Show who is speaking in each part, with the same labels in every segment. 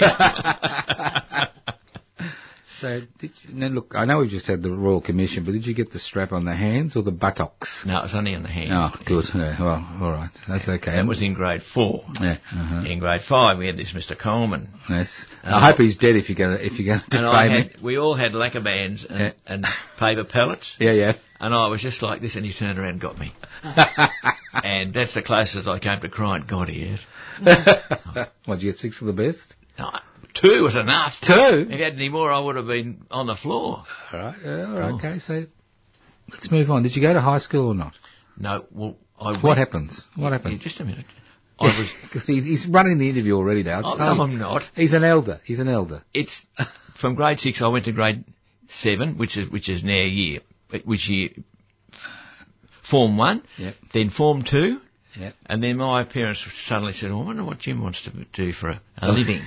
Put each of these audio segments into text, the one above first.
Speaker 1: So did you? Now look, I know we've just had the royal commission, but did you get the strap on the hands or the buttocks?
Speaker 2: no, it was only on the hand.
Speaker 1: Oh, good. Yeah, well, all right. That's okay.
Speaker 2: That was in grade four.
Speaker 1: Yeah. uh-huh.
Speaker 2: In grade five, we had this Mr. Coleman.
Speaker 1: Yes.
Speaker 2: Um,
Speaker 1: I hope he's dead if you're going to if you're going to
Speaker 2: And I
Speaker 1: defame him.
Speaker 2: had, we all had lacquer bands and,
Speaker 1: Yeah.
Speaker 2: and paper pellets.
Speaker 1: Yeah, yeah.
Speaker 2: And I was just like this, and he turned around and got me. and that's the closest I came to crying, God, he is.
Speaker 1: What, did you get six of the best?
Speaker 2: No, two was enough.
Speaker 1: Two?
Speaker 2: If you had any more, I would have been on the floor.
Speaker 1: All right. Yeah, all
Speaker 2: Oh.
Speaker 1: right. Okay. So let's move on. Did you go to high school or not?
Speaker 2: No, well, I
Speaker 1: What
Speaker 2: went-
Speaker 1: happens? What
Speaker 2: Yeah,
Speaker 1: happens?
Speaker 2: just a minute. I was.
Speaker 1: He's he's running the interview already now.
Speaker 2: Oh,
Speaker 1: It's
Speaker 2: no,
Speaker 1: hard.
Speaker 2: I'm not.
Speaker 1: He's an elder. He's an elder.
Speaker 2: It's from grade six. I went to grade seven, which is which is now year, which year form one,
Speaker 1: Yep.
Speaker 2: then form two,
Speaker 1: Yep.
Speaker 2: and then my parents suddenly said, oh, "I wonder what Jim wants to do for a,
Speaker 1: Oh.
Speaker 2: a living."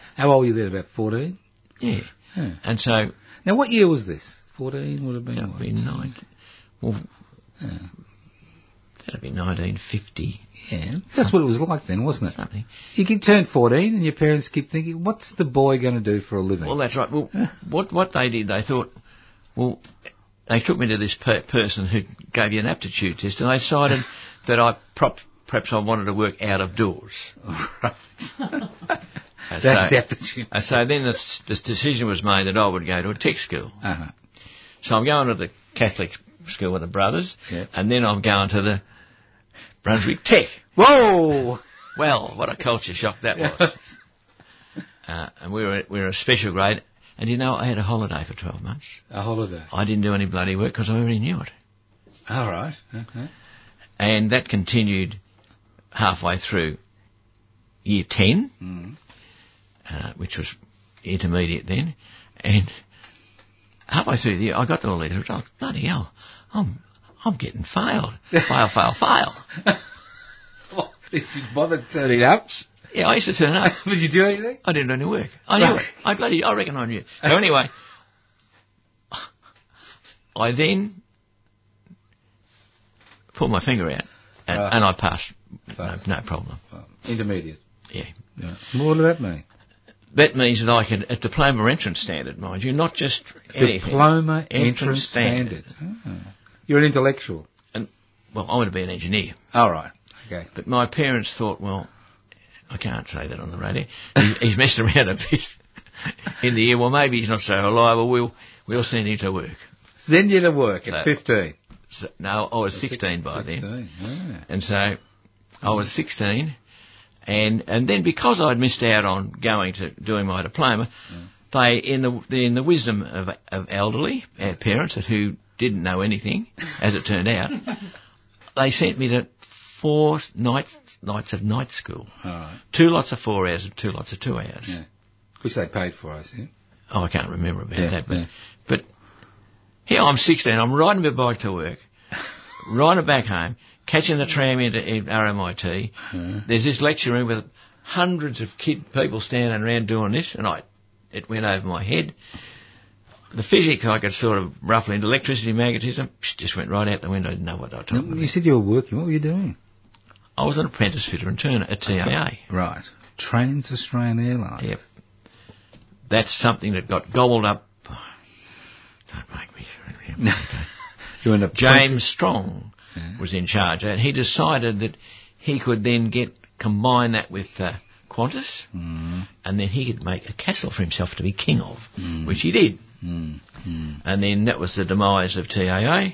Speaker 1: How old were you then? About 14?
Speaker 2: Yeah.
Speaker 1: Yeah.
Speaker 2: And so
Speaker 1: Now, what year was this? 14 would have been.
Speaker 2: that
Speaker 1: what?
Speaker 2: would be nine. Well, That'd be 1950
Speaker 1: Yeah, that's what it was like then, wasn't it?
Speaker 2: something.
Speaker 1: You get turned 14 and your parents keep thinking, what's the boy going to do for a living?
Speaker 2: Well, that's right. Well, what what they did, they thought, well, they took me to this per- person who gave you an aptitude test, and they decided that I prop, perhaps I wanted to work out of doors.
Speaker 1: Right.
Speaker 2: And
Speaker 1: That's
Speaker 2: so,
Speaker 1: the aptitude.
Speaker 2: and so then the, the decision was made that I would go to a tech school.
Speaker 1: Uh-huh.
Speaker 2: So I'm going to the Catholic school with the brothers,
Speaker 1: Yeah.
Speaker 2: and then I'm going to the Brunswick Tech.
Speaker 1: Whoa!
Speaker 2: Well, what a culture shock that was. Uh, and we were we were a special grade, and you know I had a holiday for 12 months.
Speaker 1: a holiday.
Speaker 2: I didn't do any bloody work because I already knew it.
Speaker 1: All right. Uh-huh. Okay.
Speaker 2: And that continued halfway through year 10,
Speaker 1: Mm.
Speaker 2: uh, which was intermediate then. And halfway through the year, I got all these results. Bloody hell, I'm, I'm getting failed. Fail, fail, fail.
Speaker 1: Well, Oh, did you bother turning up?
Speaker 2: Yeah, I used to turn up.
Speaker 1: Did you do anything?
Speaker 2: I didn't do any work. I knew it. I bloody, I reckon I knew. it. So anyway, I then pulled my finger out and,
Speaker 1: Right.
Speaker 2: and I passed.
Speaker 1: Passed.
Speaker 2: No, no problem.
Speaker 1: Well, intermediate.
Speaker 2: Yeah.
Speaker 1: Yeah. What did that mean?
Speaker 2: That means that I can, at diploma entrance standard, mind you, not just anything.
Speaker 1: Diploma
Speaker 2: Entrance
Speaker 1: entrance
Speaker 2: standard.
Speaker 1: standard. Ah. You're an intellectual.
Speaker 2: Well, I want to be an engineer.
Speaker 1: All right. Okay.
Speaker 2: But my parents thought, well, I can't say that on the radio. He, he's messed around a bit in the year. Well, maybe he's not so reliable. We'll, we'll send him to work.
Speaker 1: Send you to work
Speaker 2: So-
Speaker 1: at 15.
Speaker 2: So, no, I was 16 by then.
Speaker 1: 16, yeah.
Speaker 2: And so I was 16. And, and then because I'd missed out on going to doing my diploma, they, in the, in the wisdom of, of elderly uh, parents who didn't know anything, as it turned out, they sent me to four nights, nights of night school.
Speaker 1: All right.
Speaker 2: Two lots of four hours and two lots of two hours.
Speaker 1: Yeah. Which they paid for, I think.
Speaker 2: Oh, I can't remember about
Speaker 1: Yeah,
Speaker 2: that, but
Speaker 1: yeah.
Speaker 2: but here I'm 16. I'm riding my bike to work, riding back home, catching the tram into E, in RMIT.
Speaker 1: Yeah.
Speaker 2: There's this lecture room with hundreds of kid people standing around doing this, and I it went over my head. The physics I could sort of roughly into electricity, magnetism, psh, just went right out the window. I didn't know what they were talking
Speaker 1: Mm, You
Speaker 2: about.
Speaker 1: said you were working. What were you doing?
Speaker 2: I was an apprentice fitter and turner at TAA.
Speaker 1: Right. Trans Australian Airlines.
Speaker 2: Yep. That's something that got gobbled up. Don't make me.
Speaker 1: You end up
Speaker 2: James Strong
Speaker 1: Yeah.
Speaker 2: was in charge, and he decided that he could then get combine that with uh, Qantas,
Speaker 1: Mm,
Speaker 2: and then he could make a castle for himself to be king of, which he did.
Speaker 1: mm, mm.
Speaker 2: And then that was the demise of TAA,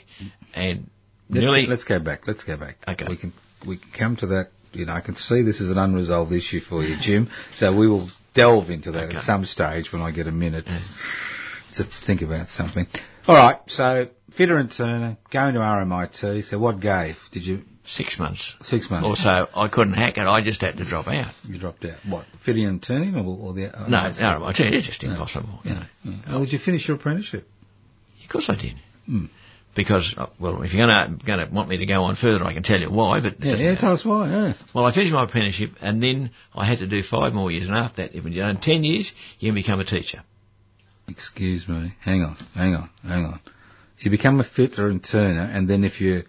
Speaker 2: and
Speaker 1: Let's,
Speaker 2: nearly.
Speaker 1: let's go back. Let's go back.
Speaker 2: Okay.
Speaker 1: We can we can come to that. You know, I can see this is an unresolved issue for you, Jim. So we will delve into that
Speaker 2: Okay.
Speaker 1: at some stage when I get a minute to think about something. All right. So Fitter and Turner going to RMIT. So what gave? Did you
Speaker 2: Six months
Speaker 1: six months?
Speaker 2: or so, I couldn't hack it. I just had to drop out.
Speaker 1: You dropped out. What Fitter and Turner or, or the? Uh,
Speaker 2: No, no, I tell you, it's just impossible. You know.
Speaker 1: Yeah. yeah. Well, did you finish your apprenticeship?
Speaker 2: Of course I did.
Speaker 1: Hmm.
Speaker 2: Because, uh, well, if you're going to going to want me to go on further, I can tell you why. But it
Speaker 1: Yeah.
Speaker 2: doesn't
Speaker 1: yeah
Speaker 2: matter.
Speaker 1: tell us why. Yeah.
Speaker 2: well, I finished my apprenticeship, and then I had to do five more years. And after that, if you've done ten years, you can become a teacher.
Speaker 1: Excuse me. Hang on, hang on, hang on. You become a fitter and turner, and then if you're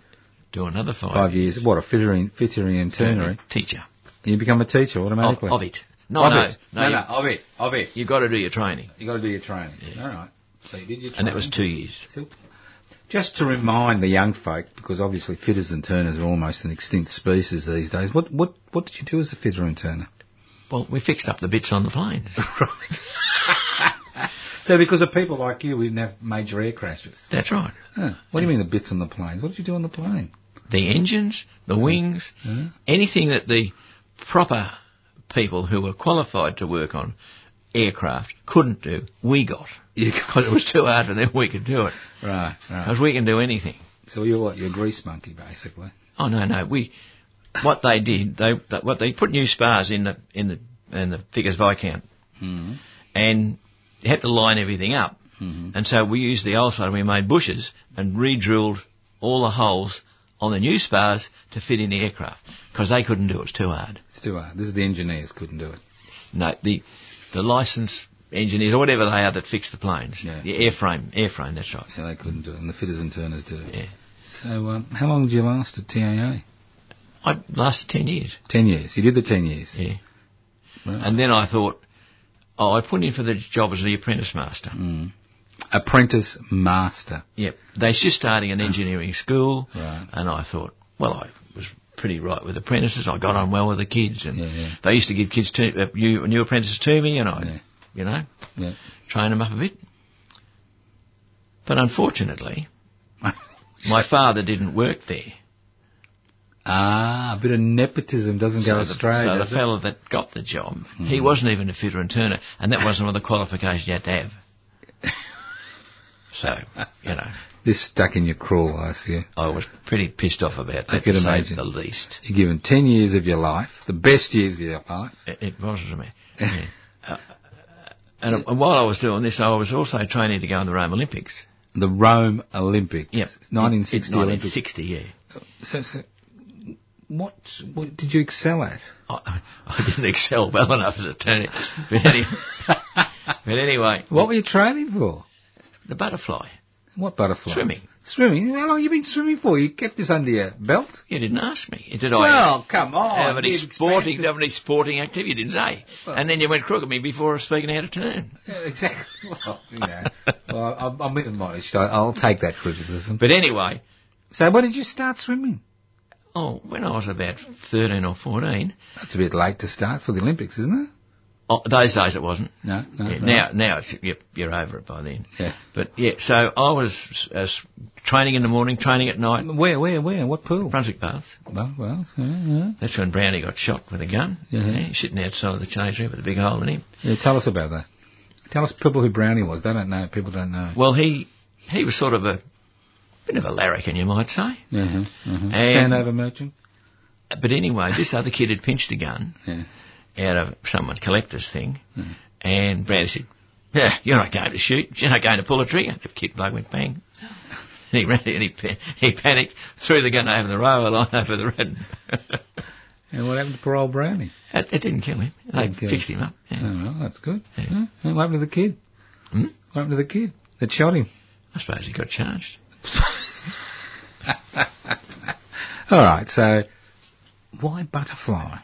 Speaker 2: Do another five,
Speaker 1: five years, what a fitter and fitter and turnery,
Speaker 2: teacher
Speaker 1: you become a teacher
Speaker 2: of,
Speaker 1: automatically.
Speaker 2: of it. No,
Speaker 1: Of
Speaker 2: no,
Speaker 1: it.
Speaker 2: no,
Speaker 1: no,
Speaker 2: you,
Speaker 1: no, of it, of it.
Speaker 2: You've got to do your training,
Speaker 1: You got to do your training.
Speaker 2: Yeah.
Speaker 1: All right. So you did your
Speaker 2: and that was
Speaker 1: training.
Speaker 2: two years.
Speaker 1: So- Just to remind the young folk, because obviously fitters and turners are almost an extinct species these days. What what what did you do as a fitter and turner?
Speaker 2: Well, we fixed up the bits on the planes.
Speaker 1: right. so because of people like you, we didn't have major air crashes.
Speaker 2: That's right.
Speaker 1: Huh. What do you mean the bits on the planes? What did you do on the plane?
Speaker 2: The engines, the wings,
Speaker 1: Yeah.
Speaker 2: anything that the proper people who were qualified to work on aircraft couldn't do, we got.
Speaker 1: You
Speaker 2: Because it was too hard for them, we could do it.
Speaker 1: Right, right.
Speaker 2: Because we can do anything.
Speaker 1: So you're what? You're a grease monkey, basically.
Speaker 2: Oh no, no, we. What they did, they that- what they put new spars in the in the in the Vickers Viscount,
Speaker 1: Mm.
Speaker 2: and you had to line everything up.
Speaker 1: Mhm.
Speaker 2: And so we used the old spar, we made bushes and re-drilled all the holes on the new spars to fit in the aircraft because they couldn't do it; it was too hard.
Speaker 1: It's too hard. This is the engineers couldn't do it.
Speaker 2: No, the the license engineers or whatever they are that fix the planes,
Speaker 1: Yeah.
Speaker 2: the airframe, airframe. That's right.
Speaker 1: Yeah, they couldn't do it, and the fitters and turners did it.
Speaker 2: Yeah.
Speaker 1: So um, how long did you last at TAA?
Speaker 2: I lasted 10 years.
Speaker 1: Ten years. You did the ten years.
Speaker 2: Yeah.
Speaker 1: Right.
Speaker 2: And then I thought, oh, I put in for the job as the apprentice master.
Speaker 1: Mm. Apprentice master.
Speaker 2: Yep. They was just starting an engineering school,
Speaker 1: Right.
Speaker 2: and I thought, well, I was pretty right with apprentices. I got on well with the kids, and
Speaker 1: Yeah, yeah.
Speaker 2: they used to give kids to uh, new, new apprentices to me, and I,
Speaker 1: Yeah.
Speaker 2: you know,
Speaker 1: Yeah.
Speaker 2: train them up a bit. But unfortunately, my father didn't work there.
Speaker 1: ah, a bit of nepotism doesn't go
Speaker 2: the,
Speaker 1: astray.
Speaker 2: so the
Speaker 1: does it? Hmm.
Speaker 2: fellow that got the job, he wasn't even a fitter and turner, and that wasn't one of the qualifications you had to have. so, you know,
Speaker 1: This stuck in your crawl, I see.
Speaker 2: I was pretty pissed off about that,
Speaker 1: I can
Speaker 2: to say
Speaker 1: imagine.
Speaker 2: the least.
Speaker 1: You're given ten years of your life, the best years of your life.
Speaker 2: It, it wasn't a man. Yeah. Uh, and uh, while I was doing this, I was also training to go in the Rome Olympics.
Speaker 1: The Rome Olympics.
Speaker 2: Yep.
Speaker 1: 1960
Speaker 2: It's
Speaker 1: Olympics.
Speaker 2: 1960, yeah.
Speaker 1: So, so what, what did you excel at?
Speaker 2: I, I didn't excel well enough as a turner. But, any, but anyway,
Speaker 1: What were you training for?
Speaker 2: the butterfly.
Speaker 1: What butterfly?
Speaker 2: Swimming.
Speaker 1: Swimming? How long have you been swimming for? You kept this under your belt?
Speaker 2: You didn't ask me, did I?
Speaker 1: Well, come on.
Speaker 2: have any
Speaker 1: you've
Speaker 2: sporting,
Speaker 1: expanded-
Speaker 2: have any sporting activity, you didn't say.
Speaker 1: Well-
Speaker 2: and then you went crook at me before I was speaking how to turn.
Speaker 1: Yeah, Exactly. Well, you know, well, I'm, I'm admonished. I, I'll take that criticism.
Speaker 2: But anyway,
Speaker 1: So when did you start swimming?
Speaker 2: oh, when I was about 13 or 14,
Speaker 1: That's a bit late to start for the Olympics, isn't it?
Speaker 2: oh, those days it wasn't.
Speaker 1: No, no.
Speaker 2: Yeah,
Speaker 1: no.
Speaker 2: now, now it's, you're, you're over it by then.
Speaker 1: Yeah.
Speaker 2: But yeah, so I was uh, s- training in the morning, training at night.
Speaker 1: Where, where, where? What pool?
Speaker 2: Brunswick Bath.
Speaker 1: Well, well, so, yeah,
Speaker 2: That's when Brownie got shot with a gun.
Speaker 1: Mhm.
Speaker 2: Yeah, sitting outside the change room with a big hole in him.
Speaker 1: yeah. Tell us about that. Tell us people who Brownie was. They don't know. People don't know.
Speaker 2: Well, he he was sort of a bit of a larrikin, you might say.
Speaker 1: Uh-huh, uh-huh.
Speaker 2: And-
Speaker 1: Standover merchant.
Speaker 2: But anyway, this other kid had pinched a gun
Speaker 1: Yeah.
Speaker 2: out of someone collector's thing,
Speaker 1: Mm-hmm.
Speaker 2: and Brownie said, "Yeah, you're not going to shoot. You're not going to pull a trigger." The kid bloke went bang. And he ran and he, pa- he panicked, threw the gun over the railway line over the road.
Speaker 1: And what happened to poor old Brownie?
Speaker 2: it, it didn't kill him. They
Speaker 1: Didn't kill
Speaker 2: fixed him up. yeah.
Speaker 1: Oh, well, that's good.
Speaker 2: Yeah.
Speaker 1: Yeah. And what happened to the kid?
Speaker 2: Hmm?
Speaker 1: What happened to the kid that shot him?
Speaker 2: I suppose he got charged.
Speaker 1: All right, so why butterfly?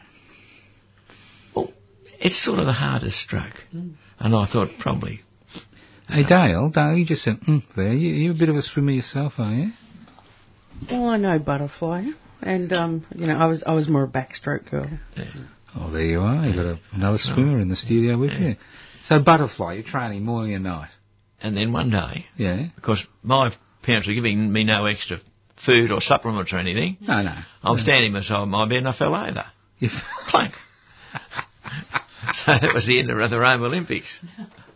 Speaker 2: Well, it's sort of the hardest stroke,
Speaker 1: Mm.
Speaker 2: and I thought probably
Speaker 1: Hey, Dale, Dale, you just said, mm, there. You, you're a bit of a swimmer yourself, are you?
Speaker 3: Well, Oh, I know butterfly, and um, you know, I was I was more a backstroke girl.
Speaker 1: Oh, there you are. You've got a, another swimmer in the studio with you. So butterfly, you're training morning and night.
Speaker 2: And then one day,
Speaker 1: Yeah?
Speaker 2: because my parents were giving me no extra food or supplements or anything,
Speaker 1: No, no.
Speaker 2: I'm standing beside my bed and I fell over.
Speaker 1: If,
Speaker 2: Clunk. so that was the end of the Rome Olympics.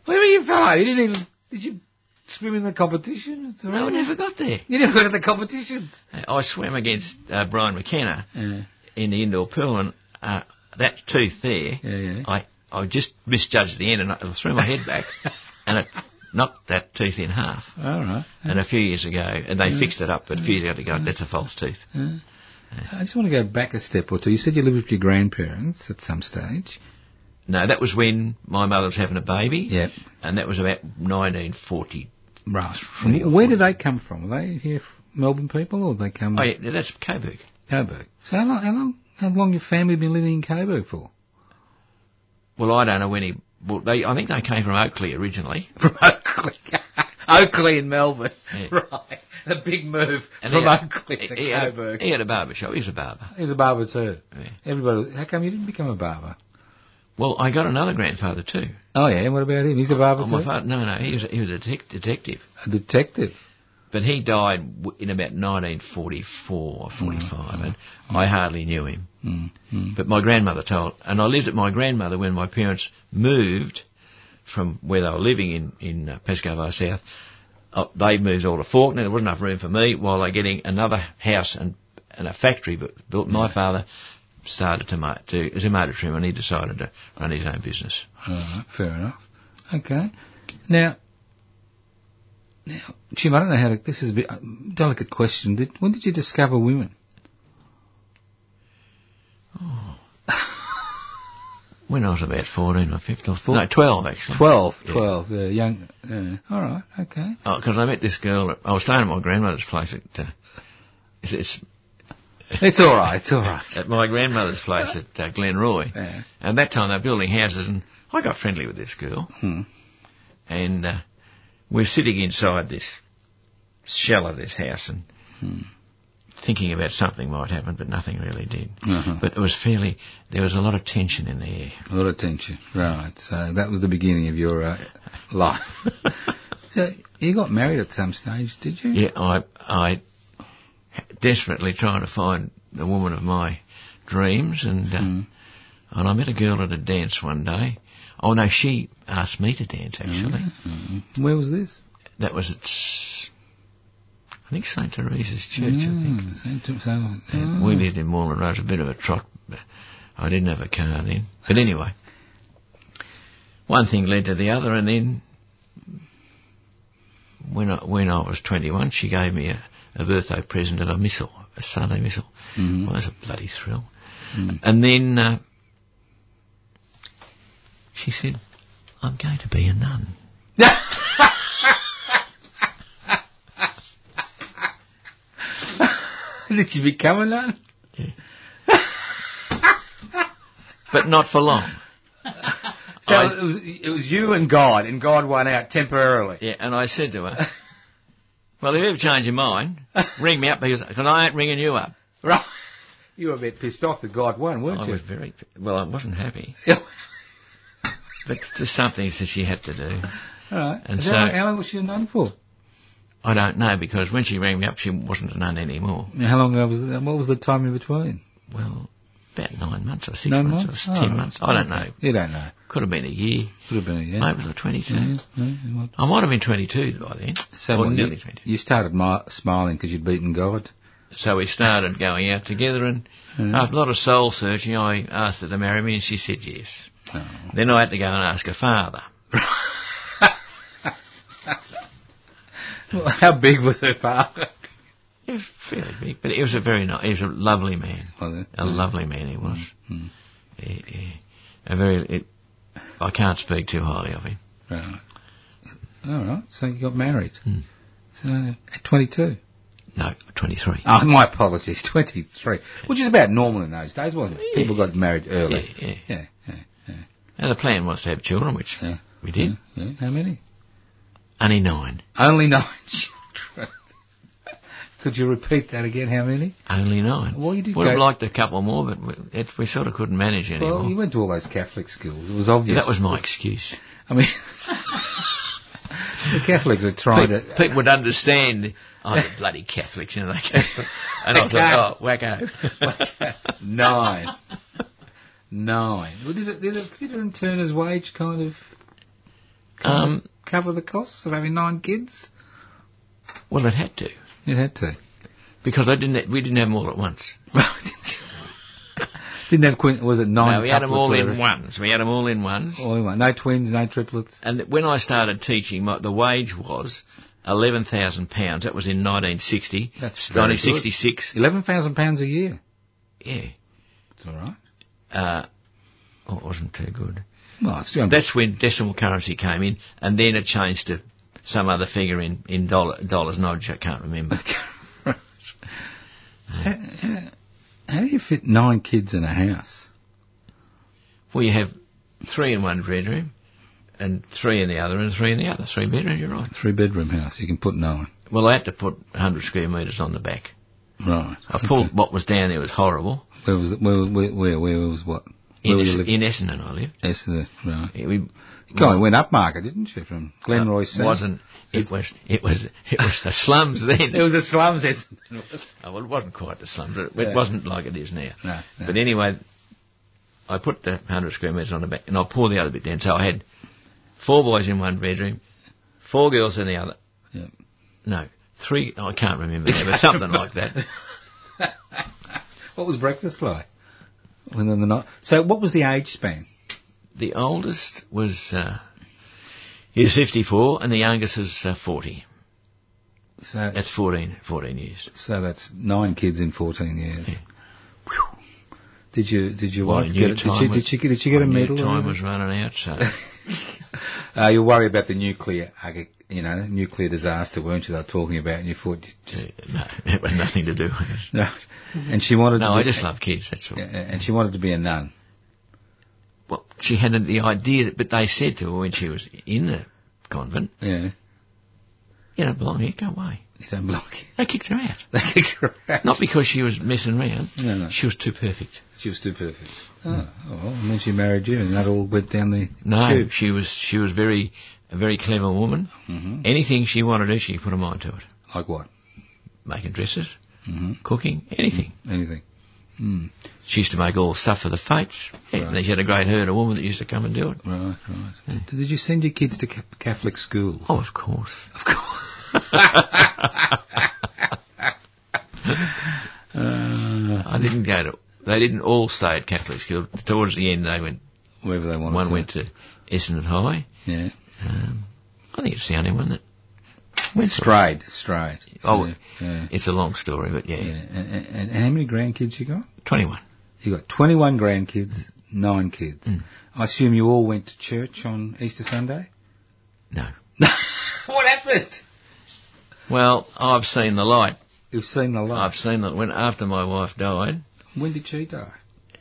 Speaker 1: what do you mean you fell over? You didn't even... Did you swim in the competition? It's all
Speaker 2: No, I
Speaker 1: right.
Speaker 2: never got there.
Speaker 1: You never got in the competitions.
Speaker 2: I swam against uh, Brian McKenna
Speaker 1: Yeah,
Speaker 2: in the indoor pool and uh, that tooth there,
Speaker 1: yeah, yeah.
Speaker 2: I, I just misjudged the end and I threw my head back and it knocked that tooth in half.
Speaker 1: All right.
Speaker 2: And a few years ago, and they fixed it up, but a few years ago, that's a false tooth.
Speaker 1: I just want to go back a step or two. You said you lived with your grandparents at some stage.
Speaker 2: No, that was when my mother was having a baby.
Speaker 1: Yep.
Speaker 2: And that was about 1940.
Speaker 1: Right.
Speaker 2: Three or
Speaker 1: Where
Speaker 2: four.
Speaker 1: did they come from? Were they here, f- Melbourne people, or they come
Speaker 2: Oh, yeah, that's Coburg.
Speaker 1: Coburg? So how long, how long, how long your family been living in Coburg for?
Speaker 2: Well, I don't know when he. Well, they, I think they came from Oakley originally.
Speaker 1: From Oakley, Oakley in Melbourne.
Speaker 2: Yeah.
Speaker 1: Right, the big move
Speaker 2: he
Speaker 1: from
Speaker 2: had-
Speaker 1: Oakley to
Speaker 2: he had,
Speaker 1: Coburg.
Speaker 2: A, he had a barber shop. He was a barber.
Speaker 1: He was a barber too.
Speaker 2: Yeah.
Speaker 1: Everybody, how come you didn't become a barber?
Speaker 2: Well, I got another grandfather too.
Speaker 1: Oh yeah, and what about him? He's a barber
Speaker 2: Oh,
Speaker 1: too.
Speaker 2: my father, no, no, he was, he was a detec- detective.
Speaker 1: a detective.
Speaker 2: But he died w- in about 1944 or 45, and I hardly knew him.
Speaker 1: Mm, mm.
Speaker 2: But my grandmother told, and I lived at my grandmother when my parents moved from where they were living in in uh, Pescovar South. Uh, they moved all to Faulkner. There wasn't enough room for me. While they're getting another house and and a factory bu- built, my father started to ma- to as a motor trimmer, and he decided to run his own business.
Speaker 1: All right, fair enough. Okay. Now, now, Jim, I don't know how to. This is a bit a delicate question. Did, when did you discover women?
Speaker 2: When I was about 14 or 15 or 14, no, 12 actually.
Speaker 1: Twelve.
Speaker 2: Yeah. Oh,
Speaker 1: Twelve. Yeah, young. Yeah. All right. Okay.
Speaker 2: Because I met this girl. At, I was staying at my grandmother's place at. Uh, it's, it's
Speaker 1: It's all right. It's all right.
Speaker 2: at my grandmother's place at uh, Glenroy.
Speaker 1: Yeah.
Speaker 2: And that time they were building houses, and I got friendly with this girl.
Speaker 1: Hmm.
Speaker 2: And uh, we're sitting inside this shell of this house and
Speaker 1: hmm.
Speaker 2: thinking about something might happen, but nothing really did.
Speaker 1: Uh-huh.
Speaker 2: But it was fairly, there was a lot of tension in the air.
Speaker 1: A lot of tension. Right. So that was the beginning of your uh, life. so you got married at some stage, did you?
Speaker 2: Yeah, I, I desperately trying to find the woman of my dreams, and uh,
Speaker 1: Hmm, Mm-hmm.
Speaker 2: and I met a girl at a dance one day. Oh no, she asked me to dance actually.
Speaker 1: Mm-hmm. Where was this?
Speaker 2: That was at, S- I think St Teresa's Church. I think
Speaker 1: Mm, Saint Tim- so,
Speaker 2: and we lived in Moreland Road. It was a bit of a trot. but I didn't have a car then, but anyway, one thing led to the other, and then when I, when I was 21, she gave me a, a birthday present and a missile, a Sunday missile.
Speaker 1: Mm-hmm.
Speaker 2: Well, that was a bloody thrill. And then uh, she said, "I'm going to be a nun."
Speaker 1: Did you become a nun?
Speaker 2: But not for long.
Speaker 1: So
Speaker 2: I-
Speaker 1: it, was, it was you and God, and God won out temporarily.
Speaker 2: Yeah, and I said to her, "Well, if you ever change your mind, ring me up because 'cause I ain't ringing you up."
Speaker 1: Right. You were a bit pissed off that God won, weren't
Speaker 2: I
Speaker 1: you?
Speaker 2: was very well. I wasn't happy,
Speaker 1: Yeah.
Speaker 2: but there's some things that she had to do.
Speaker 1: All right.
Speaker 2: And
Speaker 1: so,
Speaker 2: so-
Speaker 1: how, how long was she a nun for?
Speaker 2: I don't know because when she rang me up, she wasn't a nun anymore.
Speaker 1: How long uh, was that? What was the time in between?
Speaker 2: Well, about nine months or six
Speaker 1: Nine
Speaker 2: months,
Speaker 1: months?
Speaker 2: or
Speaker 1: Oh,
Speaker 2: ten months. I don't know.
Speaker 1: You don't know.
Speaker 2: Could have been a year.
Speaker 1: Could have been a year.
Speaker 2: Maybe it was 22.
Speaker 1: Yeah, yeah, yeah, what-
Speaker 2: I might have been 22 by then.
Speaker 1: So
Speaker 2: or
Speaker 1: what,
Speaker 2: nearly
Speaker 1: you,
Speaker 2: 22.
Speaker 1: you started mi- smiling because you'd beaten God.
Speaker 2: So we started going out together, and
Speaker 1: Mm.
Speaker 2: after a lot of soul searching, I asked her to marry me, and she said yes.
Speaker 1: Oh.
Speaker 2: Then I had to go and ask her father.
Speaker 1: Well, how big was her father?
Speaker 2: He was fairly big, but he was a very nice, he was a lovely man.
Speaker 1: Was it?
Speaker 2: A lovely man he was.
Speaker 1: Mm.
Speaker 2: Eh, eh, A very, it, I can't speak too highly of him.
Speaker 1: Right. All right. So you got married.
Speaker 2: Hmm.
Speaker 1: So at 22.
Speaker 2: No, 23.
Speaker 1: Oh, my apologies. 23, which is about normal in those days, wasn't it?
Speaker 2: Yeah.
Speaker 1: People got married early.
Speaker 2: Yeah, yeah.
Speaker 1: Yeah. Yeah.
Speaker 2: And the plan was to have children, which
Speaker 1: Yeah.
Speaker 2: we did.
Speaker 1: yeah, yeah. How many?
Speaker 2: Only nine.
Speaker 1: Only nine children. Could you repeat that again? How many?
Speaker 2: Only nine.
Speaker 1: Well, you did
Speaker 2: Would have
Speaker 1: go-
Speaker 2: liked a couple more, but we, it, we sort of couldn't manage anymore.
Speaker 1: Well, you went to all those Catholic schools. It was obvious.
Speaker 2: That was my excuse.
Speaker 1: I mean, the Catholics were trying
Speaker 2: Pe-
Speaker 1: to.
Speaker 2: people would understand. Oh, the bloody Catholics, you know. They and I was like, oh, wacko.
Speaker 1: Nine. Nine. Well, did, it, did it Peter and Turner's wage kind of
Speaker 2: um,
Speaker 1: cover the costs of having nine kids?
Speaker 2: well, it had to.
Speaker 1: It had to.
Speaker 2: Because I didn't, we didn't have them all at once.
Speaker 1: Didn't have quin Was it nine?
Speaker 2: No, we had them
Speaker 1: couplets,
Speaker 2: all in
Speaker 1: whatever?
Speaker 2: ones. We had them all in ones.
Speaker 1: All in one. No twins, no triplets.
Speaker 2: Oh. And when I started teaching, my, the wage was eleven thousand pounds. That was in 1960.
Speaker 1: That's very
Speaker 2: 1966.
Speaker 1: Eleven thousand pounds a year.
Speaker 2: Yeah.
Speaker 1: It's all right.
Speaker 2: Uh, oh, it wasn't too good.
Speaker 1: Well, it's still
Speaker 2: That's when decimal currency came in, and then it changed to some other figure in in dollar, dollars. No, I can't remember.
Speaker 1: how, how- how do you fit nine kids in a house?
Speaker 2: Well, you have three in one bedroom, and three in the other, and three in the other. Three bedrooms. You're right.
Speaker 1: Three bedroom house. You can put nine.
Speaker 2: Well, I had to put 100 square metres on the back.
Speaker 1: Right.
Speaker 2: I pulled what was down there was horrible.
Speaker 1: Where was it? Where, where, where, where was what? Where
Speaker 2: In,
Speaker 1: were
Speaker 2: es-
Speaker 1: you living?
Speaker 2: in Essendon, I lived.
Speaker 1: Essendon, right.
Speaker 2: It, we,
Speaker 1: God, it went upmarket, didn't you, from Glenroy
Speaker 2: it wasn't. It was. It was. It was the slums then.
Speaker 1: It was the slums, Essendon.
Speaker 2: Oh, well, it wasn't quite the slums. It, it
Speaker 1: Yeah.
Speaker 2: wasn't like it is now.
Speaker 1: No, no.
Speaker 2: But anyway, I put the 100 square metres on the back, and I poured the other bit down. So I had four boys in one bedroom, four girls in the other.
Speaker 1: Yeah.
Speaker 2: No, three. I can't remember, now, but something like that.
Speaker 1: What was breakfast like? When in the night. So, what was the age span?
Speaker 2: The oldest was uh, is 54, and the youngest is uh, 40.
Speaker 1: So,
Speaker 2: That's 14, 14 years.
Speaker 1: so that's nine kids in fourteen years. Whew. Did you? Did your
Speaker 2: Well, I
Speaker 1: wife
Speaker 2: knew
Speaker 1: get? it? Did
Speaker 2: time
Speaker 1: she?
Speaker 2: was-
Speaker 1: Did she? Did she get
Speaker 2: I
Speaker 1: a
Speaker 2: knew
Speaker 1: medal? or
Speaker 2: Time
Speaker 1: anything?
Speaker 2: was running out, so
Speaker 1: Uh, you worry about the nuclear, uh, you know, nuclear disaster, weren't you? They were talking about, and you thought, just
Speaker 2: No, it had nothing to do with it.
Speaker 1: no. And she wanted.
Speaker 2: No,
Speaker 1: to be,
Speaker 2: I just love kids, that's all.
Speaker 1: Yeah, And she wanted to be a nun.
Speaker 2: Well, she had the idea, that, but they said to her when she was in the convent,
Speaker 1: Yeah,
Speaker 2: you don't belong here, go away.
Speaker 1: you don't block.
Speaker 2: They kicked her out.
Speaker 1: They kicked her out.
Speaker 2: Not because she was messing around.
Speaker 1: No, no.
Speaker 2: She was too perfect.
Speaker 1: She was too perfect. Oh, oh, well, and then she married you, and that all went down the
Speaker 2: No,
Speaker 1: tube.
Speaker 2: she was she was very a very clever woman.
Speaker 1: Mhm.
Speaker 2: Anything she wanted to, do, she put her mind to it.
Speaker 1: Like what?
Speaker 2: Making dresses,
Speaker 1: hmm
Speaker 2: cooking, anything.
Speaker 1: Mm-hmm. Anything. Mm.
Speaker 2: She used to make all stuff for the fates. Yeah,
Speaker 1: Right.
Speaker 2: She had a great herd of women that used to come and do it.
Speaker 1: Right, right. Did, did you send your kids to ca- Catholic school?
Speaker 2: Oh, of course.
Speaker 1: Of course. uh,
Speaker 2: I didn't go to. They didn't all stay at Catholic school. Towards the end, they went.
Speaker 1: wherever they wanted
Speaker 2: One
Speaker 1: to.
Speaker 2: went to Essendon High.
Speaker 1: Yeah.
Speaker 2: Um, I think it's the only one that went to-
Speaker 1: Straight, straight.
Speaker 2: Oh,
Speaker 1: yeah. yeah.
Speaker 2: it's a long story, but yeah,
Speaker 1: yeah. And, and, and how many grandkids you got?
Speaker 2: twenty-one.
Speaker 1: You got 21 grandkids, nine kids.
Speaker 2: Mm.
Speaker 1: I assume you all went to church on Easter Sunday?
Speaker 2: No.
Speaker 1: what happened?
Speaker 2: Well, I've seen the light.
Speaker 1: You've seen the
Speaker 2: I've
Speaker 1: light.
Speaker 2: seen that when after my wife died
Speaker 1: When did she die?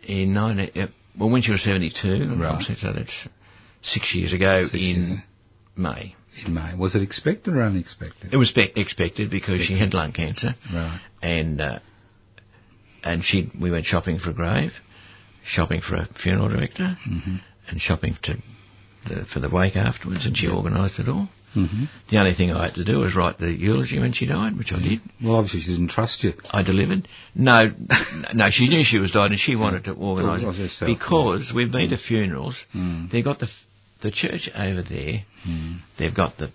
Speaker 2: in 19, uh, well when she was 72,
Speaker 1: Right.
Speaker 2: obviously, so that's six years ago
Speaker 1: Six
Speaker 2: in
Speaker 1: years ago.
Speaker 2: May.
Speaker 1: In May. Was it expected or unexpected?
Speaker 2: It was spec expected because she had lung cancer,
Speaker 1: Right.
Speaker 2: and uh, and she we went shopping for a grave, shopping for a funeral director,
Speaker 1: Mm-hmm.
Speaker 2: and shopping to the, for the wake afterwards, and she organised it all.
Speaker 1: hmm
Speaker 2: The only thing I had to do was write the eulogy when she died, which I did.
Speaker 1: Well, obviously she didn't trust you.
Speaker 2: I delivered. No, no, she knew she was dying and she wanted to organise
Speaker 1: Organise
Speaker 2: it
Speaker 1: herself,
Speaker 2: because we've been to funerals.
Speaker 1: Mm.
Speaker 2: They've got the f- the church over there.
Speaker 1: Mm.
Speaker 2: They've got the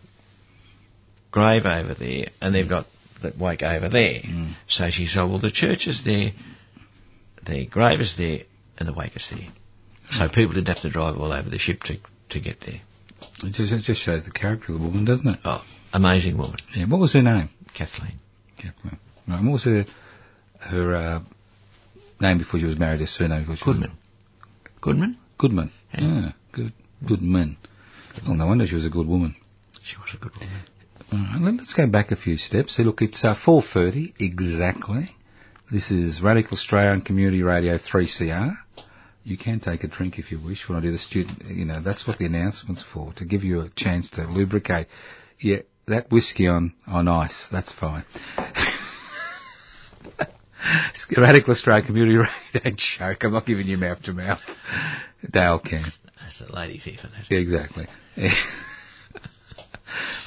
Speaker 2: grave over there, and they've got the wake over there.
Speaker 1: Mm.
Speaker 2: So she said, "Well, the church is there, the grave is there, and the wake is there." So people didn't have to drive all over the ship to to get there.
Speaker 1: It just, it just shows the character of the woman, doesn't it?
Speaker 2: Oh, amazing woman,
Speaker 1: Yeah. What was her name?
Speaker 2: Kathleen.
Speaker 1: Kathleen. Right. And what was her her uh, name before she was married? Her surname before she
Speaker 2: Goodman. Goodman.
Speaker 1: Was, Goodman.
Speaker 2: Yeah.
Speaker 1: Yeah. Good. Goodman. Well, no wonder she was a good woman.
Speaker 2: She was a good woman.
Speaker 1: All right, let- let's go back a few steps. So look, it's uh, 4.30 exactly. This is Radical Australian Community Radio 3CR. You can take a drink if you wish when I do the student, you know, that's what the announcement's for, to give you a chance to lubricate. Yeah, that whiskey on, on ice, that's fine. It's Radical Australian Community Radio, don't choke, I'm not giving you mouth to mouth. Dale can.
Speaker 2: That's a lady fee for that.
Speaker 1: Yeah, exactly.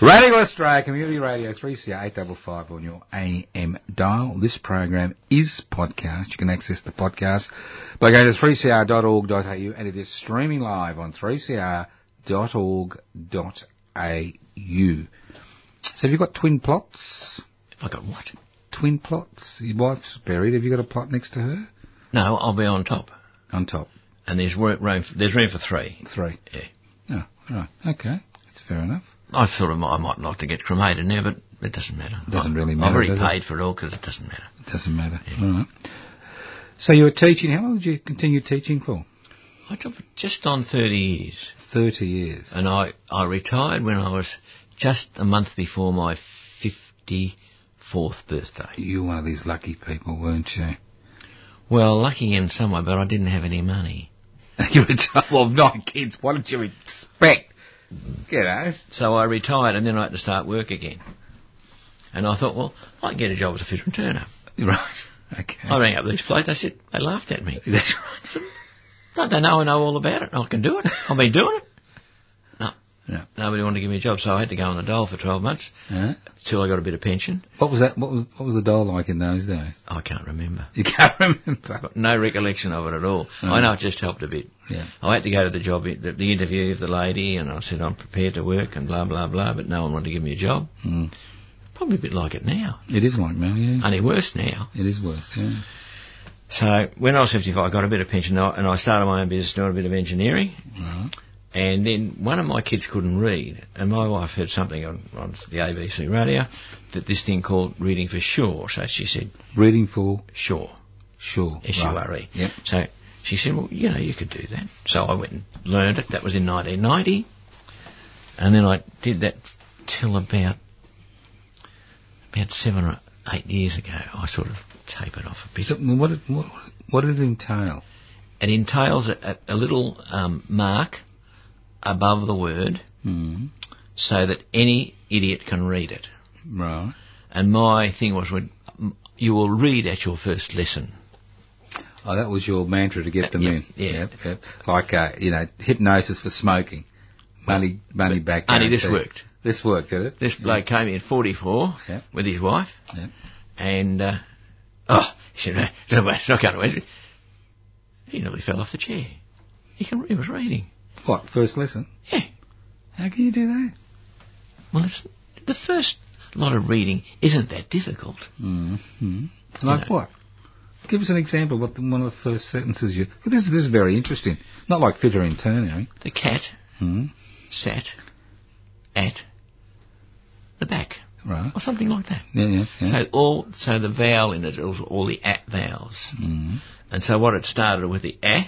Speaker 1: Radical Australia Community Radio 3CR 855 on your AM dial. This program is podcast. You can access the podcast by going to 3cr.org.au and it is streaming live on 3cr.org.au. So have you got twin plots?
Speaker 2: Have I got what?
Speaker 1: Twin plots? Your wife's buried. Have you got a plot next to her?
Speaker 2: No, I'll be on top.
Speaker 1: On top.
Speaker 2: And there's work room. There's room for three.
Speaker 1: Three.
Speaker 2: Yeah.
Speaker 1: Oh, right. Okay. That's fair enough.
Speaker 2: I thought I might, I might like to get cremated now, but it doesn't matter.
Speaker 1: Doesn't really
Speaker 2: I've
Speaker 1: matter,
Speaker 2: already
Speaker 1: does it?
Speaker 2: paid for it all because it doesn't matter.
Speaker 1: Doesn't matter. All right. So you were teaching. How long did you continue teaching for?
Speaker 2: I took just on 30 years,
Speaker 1: Thirty years.
Speaker 2: and I I retired when I was just a month before my 54th birthday.
Speaker 1: you were one of these lucky people, weren't you?
Speaker 2: Well, lucky in some way, but I didn't have any money,
Speaker 1: you were double of nine kids. What did you expect? You know.
Speaker 2: so I retired, and then I had to start work again. And I thought, well, I can get a job as a fitter and turner.
Speaker 1: Right. Okay.
Speaker 2: I rang up these blokes. They said they laughed at me.
Speaker 1: That's right.
Speaker 2: Don't they know I know all about it? I can do it. I've been doing it. No.
Speaker 1: Yeah.
Speaker 2: Nobody wanted to give me a job, so I had to go on the dole for 12 months
Speaker 1: Huh?
Speaker 2: till I got a bit of pension.
Speaker 1: What was that? What was what was the dole like in those days?
Speaker 2: I can't remember.
Speaker 1: You can't remember.
Speaker 2: Got no recollection of it at all. I know it just helped a bit.
Speaker 1: Yeah.
Speaker 2: I had to go to the job, the, the interview of the lady, and I said I'm prepared to work and blah, blah, blah, but no one wanted to give me a job.
Speaker 1: Mm.
Speaker 2: Probably a bit like it now.
Speaker 1: It is like now. Yeah.
Speaker 2: Only worse now.
Speaker 1: It is worse. Yeah.
Speaker 2: So when I was 55, I got a bit of pension and I- and I started my own business doing a bit of engineering.
Speaker 1: Right.
Speaker 2: And then one of my kids couldn't read, and my wife heard something on, on the ABC radio that this thing called reading for sure. So she said,
Speaker 1: Reading for
Speaker 2: sure,
Speaker 1: sure.
Speaker 2: S U R E.
Speaker 1: Yep.
Speaker 2: So she said, well, you know, you could do that. So I went and learned it. That was in 1990. And then I did that till about about seven or eight years ago. I sort of tapered off a bit.
Speaker 1: So, what, did, what, what did it entail?
Speaker 2: It entails a, a little um, mark above the word
Speaker 1: Mm.
Speaker 2: so that any idiot can read it.
Speaker 1: Right.
Speaker 2: And my thing was, when m- you will read at your first lesson.
Speaker 1: Oh, that was your mantra to get them
Speaker 2: Yeah,
Speaker 1: in.
Speaker 2: yeah.
Speaker 1: Yep, yep. Like, uh, you know, hypnosis for smoking. Money, money back.
Speaker 2: Only this
Speaker 1: guarantee.
Speaker 2: worked.
Speaker 1: This worked, did it?
Speaker 2: This bloke came in 44
Speaker 1: Mm. Yeah.
Speaker 2: with his wife,
Speaker 1: Yeah.
Speaker 2: and uh, oh, he said, "No, it's not going to Wednesday." He nearly fell off the chair. He, can, he was reading.
Speaker 1: What? First lesson?
Speaker 2: Yeah.
Speaker 1: How can you do that?
Speaker 2: Well, it's, the first lot of reading isn't that difficult.
Speaker 1: Mm-hmm. Like
Speaker 2: know.
Speaker 1: what? Give us an example of what the, one of the first sentences you. Well, This, this is very interesting. Not like fitter in turn, eh?
Speaker 2: The cat
Speaker 1: mm
Speaker 2: sat at the back,
Speaker 1: Right.
Speaker 2: or something like that.
Speaker 1: Yeah, yeah, yeah.
Speaker 2: So all so the vowel in it was all the at vowels,
Speaker 1: mm
Speaker 2: and so what it started with the a,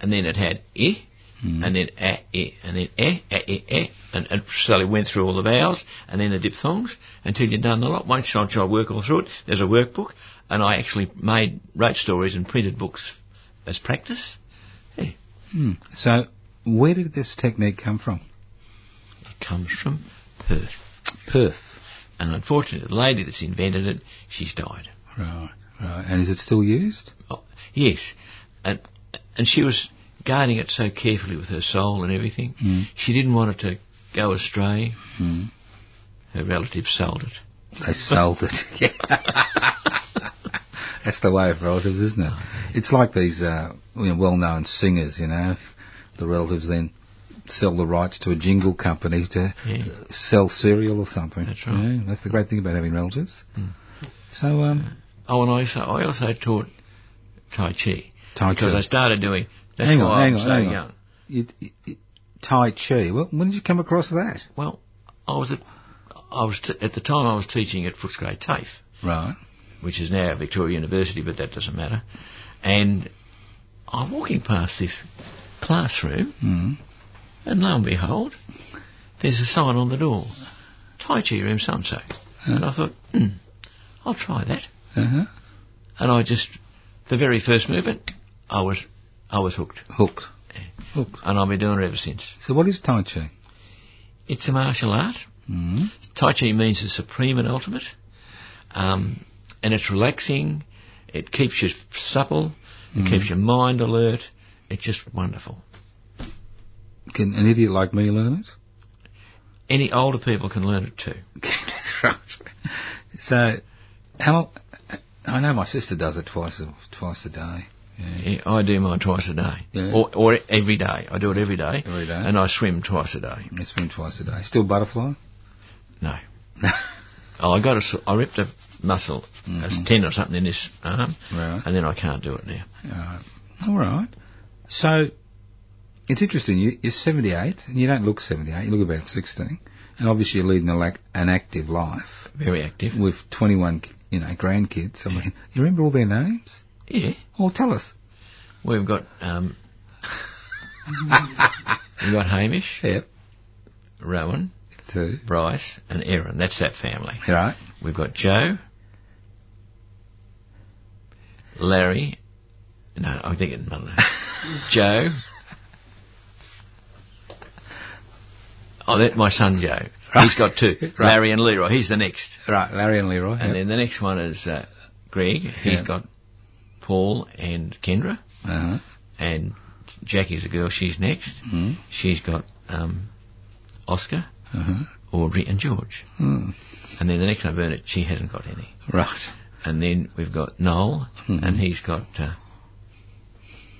Speaker 2: and then it had i,
Speaker 1: Mm.
Speaker 2: and then a i, and then a a e e, and it slowly went through all the vowels and then the diphthongs until you'd done the lot. Once I tried work all through it, there's a workbook, and I actually made wrote stories and printed books as practice. Hey,
Speaker 1: Mm. So, where did this technique come from?
Speaker 2: it comes from Perth,
Speaker 1: Perth.
Speaker 2: and unfortunately, the lady that's invented it, she's died.
Speaker 1: Right, right. And is it still used?
Speaker 2: Oh, yes, and and she was guarding it so carefully with her soul and everything.
Speaker 1: Mm.
Speaker 2: She didn't want it to go astray.
Speaker 1: Mm.
Speaker 2: Her relatives sold it.
Speaker 1: They sold it. That's the way of relatives, isn't it? It's like these uh, you know, well-known singers, you know. The relatives then sell the rights to a jingle company to
Speaker 2: Yeah.
Speaker 1: sell cereal or something.
Speaker 2: That's right. Hmm.
Speaker 1: Yeah, that's the great thing about having relatives. So, um,
Speaker 2: Oh, and I also I also taught Tai Chi
Speaker 1: Tai
Speaker 2: because I
Speaker 1: Chi.
Speaker 2: started doing. That's
Speaker 1: Hang on,
Speaker 2: why
Speaker 1: hang
Speaker 2: I'm
Speaker 1: on,
Speaker 2: so
Speaker 1: hang on.
Speaker 2: young.
Speaker 1: You, you- you- tai Chi. Well, when did you come across that?
Speaker 2: Well, I was at, I was t- at the time I was teaching at Footscray TAFE,
Speaker 1: Right.
Speaker 2: which is now Victoria University, but that doesn't matter. And I'm walking past this classroom,
Speaker 1: Mm.
Speaker 2: And lo and behold, there's a sign on the door, Tai Chi Room So and so. And I thought, hmm, I'll try that.
Speaker 1: Uh-huh.
Speaker 2: And I just, the very first movement, I was, I was hooked.
Speaker 1: Hooked. Hooked.
Speaker 2: And I've been doing it ever since.
Speaker 1: So what is Tai Chi?
Speaker 2: It's a martial art.
Speaker 1: Mm.
Speaker 2: Tai Chi means the supreme and ultimate. Um, and it's relaxing. It keeps you supple. It keeps your mind alert. It's just wonderful.
Speaker 1: Can an idiot like me learn it?
Speaker 2: Any older people can learn it too.
Speaker 1: That's right. So, how long? I know my sister does it twice a, twice a day. Yeah.
Speaker 2: Yeah, I do mine twice a day,
Speaker 1: Yeah.
Speaker 2: or, or every day. I do it every day,
Speaker 1: Every day.
Speaker 2: and I swim twice a day.
Speaker 1: I swim twice a day. Still butterfly?
Speaker 2: No,
Speaker 1: No.
Speaker 2: oh, I got a s I ripped a muscle, a
Speaker 1: Mhm.
Speaker 2: tendon or something in this arm,
Speaker 1: Right.
Speaker 2: and then I can't do it now.
Speaker 1: Alright. Uh, All right. So, it's interesting. You, you're 78, and you don't look 78. You look about 16, and obviously you're leading a lac- an active life
Speaker 2: Very active.
Speaker 1: with 21, you know, grandkids. I mean, you remember all their names?
Speaker 2: Yeah,
Speaker 1: Well, tell us.
Speaker 2: we've got um, we've got Hamish,
Speaker 1: Yep.
Speaker 2: Rowan,
Speaker 1: Two.
Speaker 2: Bryce, and Erin. That's that family.
Speaker 1: Right.
Speaker 2: We've got Joe, Larry. No, I'm thinking Joe. Oh, that my son Joe. He's got two.
Speaker 1: Right.
Speaker 2: Larry and Leroy. He's the next,
Speaker 1: Right. Larry and Leroy.
Speaker 2: and then the next one is uh, Greg. He's
Speaker 1: Yeah.
Speaker 2: got Paul and Kendra,
Speaker 1: Uh-huh.
Speaker 2: and Jackie's a girl. She's next.
Speaker 1: Mm.
Speaker 2: She's got um, Oscar,
Speaker 1: Uh-huh.
Speaker 2: Audrey, and George.
Speaker 1: Mm.
Speaker 2: And then the next one, Bernard. She hasn't got any.
Speaker 1: Right.
Speaker 2: And then we've got Noel,
Speaker 1: Mhm.
Speaker 2: and he's got uh,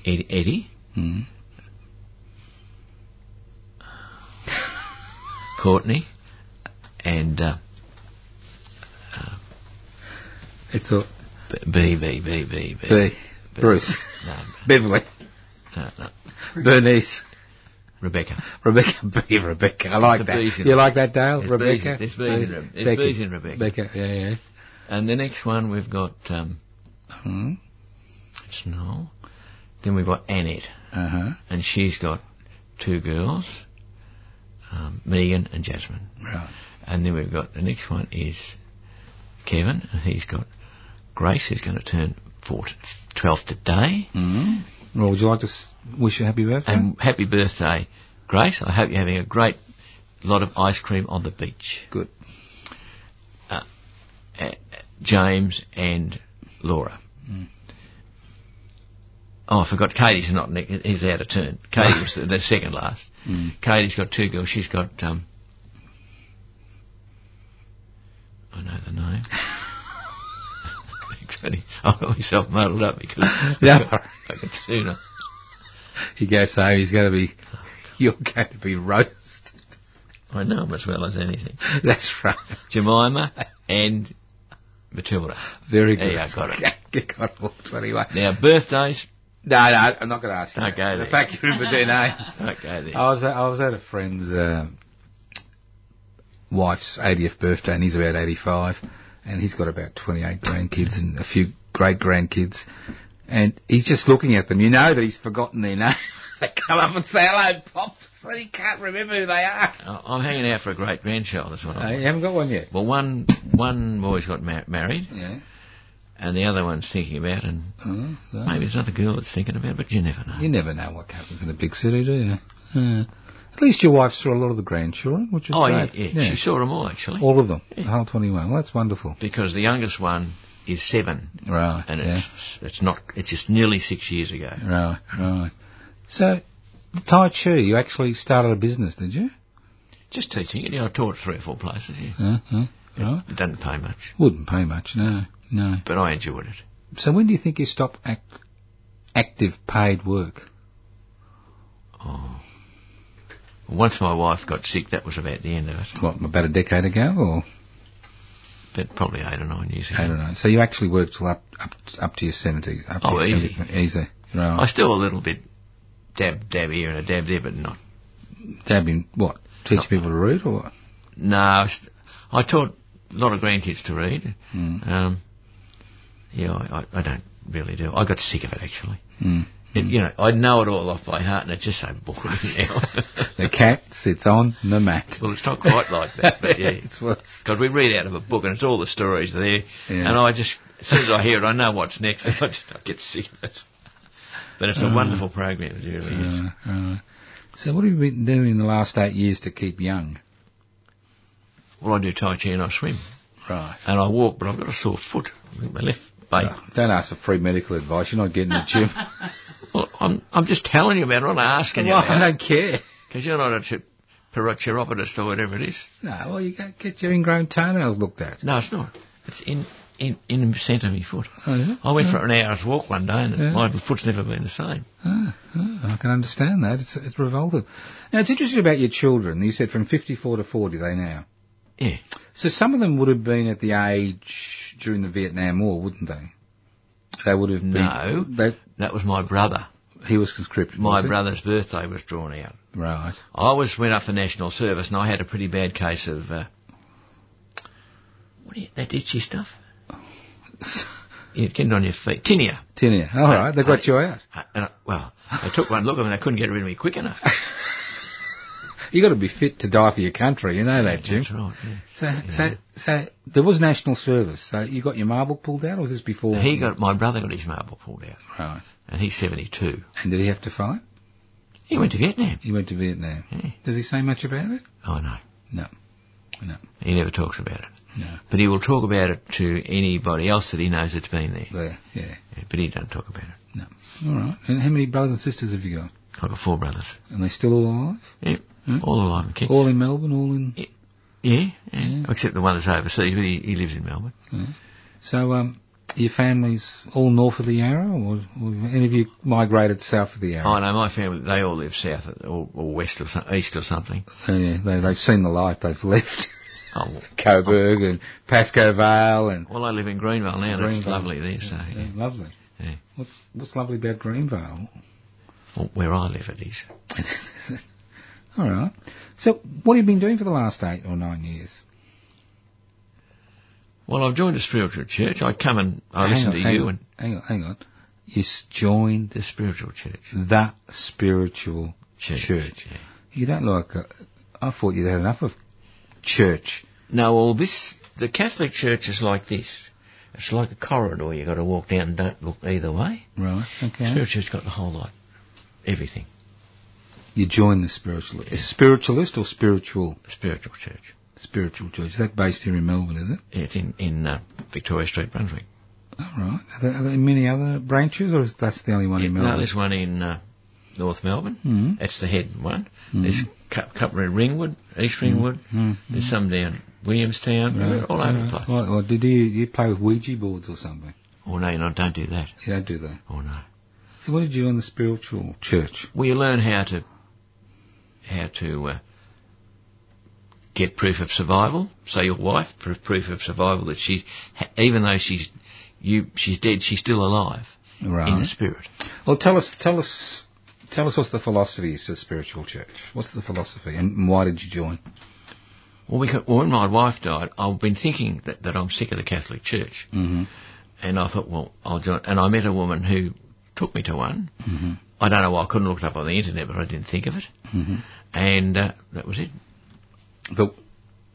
Speaker 2: Ed- Eddie,
Speaker 1: Mm.
Speaker 2: Courtney, and uh,
Speaker 1: It's a
Speaker 2: B- B B B B B.
Speaker 1: B. Bruce.
Speaker 2: No,
Speaker 1: Beverly.
Speaker 2: no, no.
Speaker 1: Bernice.
Speaker 2: Rebecca.
Speaker 1: Rebecca. B. Rebecca. I like
Speaker 2: It's a
Speaker 1: that.
Speaker 2: B's in
Speaker 1: You
Speaker 2: it.
Speaker 1: like that, Dale?
Speaker 2: It's
Speaker 1: Rebecca?
Speaker 2: B's in- it's B's in Re- it's
Speaker 1: Becky.
Speaker 2: B's in Rebecca.
Speaker 1: Becca. Yeah, yeah.
Speaker 2: And the next one we've got um,
Speaker 1: Mm.
Speaker 2: it's Noel. Then we've got Annette,
Speaker 1: Uh-huh.
Speaker 2: and she's got two girls. um, Megan and Jasmine.
Speaker 1: Right.
Speaker 2: And then we've got the next one is Kevin, and he's got Grace, who's going to turn 4 12 today.
Speaker 1: Mm. Well, would you like to s- wish you a happy birthday?
Speaker 2: And happy birthday, Grace. I hope you're having a great lot of ice cream on the beach.
Speaker 1: Good.
Speaker 2: Uh, James and Laura.
Speaker 1: Mm.
Speaker 2: Oh, I forgot Katie's not, ne- he's out of turn. Katie was the, the second last.
Speaker 1: Mm.
Speaker 2: Katie's got two girls. She's got, um, I know the name. Funny, I got myself muddled up because
Speaker 1: Yeah.
Speaker 2: I could sooner.
Speaker 1: He goes home. He's going to be.
Speaker 2: Oh,
Speaker 1: You're going to be roasted.
Speaker 2: I know them as well as anything.
Speaker 1: That's right.
Speaker 2: Jemima and Matilda.
Speaker 1: Very
Speaker 2: There
Speaker 1: good.
Speaker 2: you go, got it.
Speaker 1: You got it all 21.
Speaker 2: Now, birthdays,
Speaker 1: No, no, I'm not going to ask you.
Speaker 2: Don't
Speaker 1: that.
Speaker 2: go
Speaker 1: the
Speaker 2: there.
Speaker 1: fact you remember their names.
Speaker 2: don't go there.
Speaker 1: I was at, I was at a friend's uh, wife's 80th birthday, and he's about 85, and he's got about 28 grandkids and a few great grandkids, and he's just looking at them. You know that he's forgotten their names. they come up and say hello, Pop, but he can't remember who they are.
Speaker 2: I- I'm hanging out for a great grandchild, that's what
Speaker 1: No,
Speaker 2: I'm
Speaker 1: you haven't got one yet.
Speaker 2: Well, one, one boy's got mar- married,
Speaker 1: Yeah.
Speaker 2: and the other one's thinking about, and
Speaker 1: Mm, so-
Speaker 2: maybe there's another girl that's thinking about, it, but you never know.
Speaker 1: You never know what happens in a big city, do you? Yeah. At least your wife saw a lot of the grandchildren, which is
Speaker 2: oh, yeah,
Speaker 1: great.
Speaker 2: yeah, She saw them all, actually.
Speaker 1: all of them,
Speaker 2: Yeah.
Speaker 1: the whole 21. Well, that's wonderful.
Speaker 2: Because the youngest one is seven,
Speaker 1: Right.
Speaker 2: and
Speaker 1: yeah.
Speaker 2: it's, it's not, it's just nearly six years ago.
Speaker 1: Right, right. So, the Tai Chi, you actually started a business, did you?
Speaker 2: Just teaching it, you know, I taught three or four places, yeah.
Speaker 1: Uh, uh, right.
Speaker 2: It doesn't pay much,
Speaker 1: Wouldn't pay much, no, no.
Speaker 2: but I enjoyed it.
Speaker 1: So when do you think you stopped ac- active paid work?
Speaker 2: Oh. Once my wife got sick, that was about the end of it.
Speaker 1: What, about a decade ago, or
Speaker 2: But probably eight or nine years ago.
Speaker 1: I don't know. So you actually worked till up up up to your seventies. Up to
Speaker 2: Oh,
Speaker 1: your
Speaker 2: easy.
Speaker 1: 70s, easy.
Speaker 2: I
Speaker 1: Right.
Speaker 2: still a little bit dab dab here and a dab there, but not.
Speaker 1: Dabbing what? Teach
Speaker 2: Not-
Speaker 1: people to read, or what?
Speaker 2: No, I, st- I taught a lot of grandkids to read.
Speaker 1: Mm.
Speaker 2: Um, yeah, I, I, I don't really do. I got sick of it actually.
Speaker 1: Mm.
Speaker 2: It- you know, I know it all off by heart, and it's just so boring now.
Speaker 1: The cat sits on the mat.
Speaker 2: well, it's not quite like that, but yeah.
Speaker 1: it's worse.
Speaker 2: Because we read out of a book and it's all the stories there,
Speaker 1: Yeah.
Speaker 2: and I just as soon as I hear it, I know what's next. and I just I get sick of it. But it's a
Speaker 1: Mm.
Speaker 2: wonderful program, it really is.
Speaker 1: Right, right. So what have you been doing in the last eight years to keep young?
Speaker 2: Well, I do tai chi and I swim.
Speaker 1: Right.
Speaker 2: and I walk, but I've got a sore foot. My left bait.
Speaker 1: Oh, don't ask for free medical advice. You're not getting the gym.
Speaker 2: Well, I'm, I'm just telling you about it. I'm not asking
Speaker 1: well, I
Speaker 2: you
Speaker 1: don't care.
Speaker 2: because you're not a chi- chiropodist or whatever it is.
Speaker 1: No, well, you go get your ingrown toenails looked at.
Speaker 2: No, it's not. It's in in in the centre of my foot.
Speaker 1: Oh, is it?
Speaker 2: I went for an hour's walk one day, and it's-
Speaker 1: Yeah.
Speaker 2: my foot's never been the same.
Speaker 1: Ah, ah, I can understand that. It's, it's revolting. Now, it's interesting about your children. You said from 54 to 40 they now.
Speaker 2: Yeah,
Speaker 1: So some of them would have been at the age during the Vietnam War, wouldn't they? They would have been.
Speaker 2: No.
Speaker 1: They,
Speaker 2: that was my brother.
Speaker 1: he was conscripted.
Speaker 2: My
Speaker 1: was he?
Speaker 2: brother's birthday was drawn out.
Speaker 1: Right.
Speaker 2: I was went up for national service, and I had a pretty bad case of uh, what is that itchy stuff? Yeah, getting on your feet, tinea.
Speaker 1: Tinea. All right. They got you out.
Speaker 2: I- and I, well, I took one look at him and I couldn't get rid of me quick enough.
Speaker 1: you got to be fit to die for your country. You know that, Jim.
Speaker 2: That's right.
Speaker 1: So,
Speaker 2: yeah.
Speaker 1: so, so there was national service. So you got your marble pulled out, or was this before?
Speaker 2: He got my brother got his marble pulled out,
Speaker 1: right.
Speaker 2: and he's seventy two.
Speaker 1: And did he have to fight?
Speaker 2: He went to Vietnam.
Speaker 1: He went to Vietnam.
Speaker 2: Yeah.
Speaker 1: Does he say much about it?
Speaker 2: Oh no,
Speaker 1: No, no,
Speaker 2: he never talks about it.
Speaker 1: no.
Speaker 2: But he will talk about it to anybody else that he knows that's been there.
Speaker 1: There, yeah,
Speaker 2: Yeah, But he don't talk about it.
Speaker 1: no. All right. And how many brothers and sisters have you got?
Speaker 2: I've got four brothers,
Speaker 1: And they still all alive?
Speaker 2: yeah,
Speaker 1: Hmm?
Speaker 2: all alive and kicking.
Speaker 1: All in Melbourne, all in.
Speaker 2: Yeah, yeah,
Speaker 1: Yeah.
Speaker 2: except the one that's overseas. But he, he lives in Melbourne.
Speaker 1: So, um, your family's all north of the Yarra, or, or have any of you migrated south of the Yarra?
Speaker 2: Oh no, my family they all live south or, or west or some, east or something.
Speaker 1: Oh, yeah, they, they've seen the light. They've left
Speaker 2: Oh, well,
Speaker 1: Coburg and Pasco Vale and
Speaker 2: well, I live in Greenville now. and
Speaker 1: Greenvale.
Speaker 2: It's lovely there. So
Speaker 1: Yeah,
Speaker 2: yeah.
Speaker 1: lovely.
Speaker 2: Yeah.
Speaker 1: What's, what's lovely about Greenvale?
Speaker 2: Well, where I live it is.
Speaker 1: All right. So, what have you been doing for the last eight or nine years?
Speaker 2: Well, I've joined a spiritual church. I come and I
Speaker 1: Hang
Speaker 2: listen
Speaker 1: on,
Speaker 2: to
Speaker 1: hang
Speaker 2: you
Speaker 1: on,
Speaker 2: and
Speaker 1: hang on, hang on. You s- joined
Speaker 2: the spiritual church.
Speaker 1: the spiritual
Speaker 2: Church.
Speaker 1: Mm, church.
Speaker 2: yeah.
Speaker 1: You don't like. A, I thought you'd had enough of church.
Speaker 2: No, well, this the Catholic Church is like this. It's like a corridor you've got to walk down. Don't look either way.
Speaker 1: Right. Okay.
Speaker 2: Spiritual's got the whole lot, everything.
Speaker 1: You join the spiritualist. Is spiritualist or spiritual?
Speaker 2: Spiritual church.
Speaker 1: Spiritual church. Is that based here in Melbourne, is it?
Speaker 2: It's in in uh, Victoria Street, Brunswick.
Speaker 1: All right. Are there, are there many other branches, or is that's the only one in
Speaker 2: Yeah,
Speaker 1: Melbourne?
Speaker 2: No, there's one in uh, North Melbourne.
Speaker 1: Mhm.
Speaker 2: That's the head one.
Speaker 1: Mhm.
Speaker 2: There's a couple in Ringwood, East Ringwood.
Speaker 1: Mhm.
Speaker 2: There's some down Williamstown,
Speaker 1: Right,
Speaker 2: all over the
Speaker 1: right.
Speaker 2: place.
Speaker 1: Well, well, did you, you play with Ouija boards or something?
Speaker 2: Oh no, no, don't do that.
Speaker 1: You don't do that.
Speaker 2: Oh no.
Speaker 1: So what did you do on the spiritual church?
Speaker 2: Well, you learn how to how to uh, get proof of survival. So your wife proof, proof of survival that she, ha- even though she's you she's dead, she's still alive in
Speaker 1: Right.
Speaker 2: the spirit.
Speaker 1: well, tell us, tell us, tell us what's the philosophy is to the spiritual church. What's the philosophy, and why did you join?
Speaker 2: Well, because, well, when my wife died, I've been thinking that, that I'm sick of the Catholic Church,
Speaker 1: Mm-hmm.
Speaker 2: and I thought, well, I'll join. And I met a woman who took me to one.
Speaker 1: Mhm.
Speaker 2: I don't know why I couldn't look it up on the internet, but I didn't think of it,
Speaker 1: Mm-hmm.
Speaker 2: and uh, that was it.
Speaker 1: But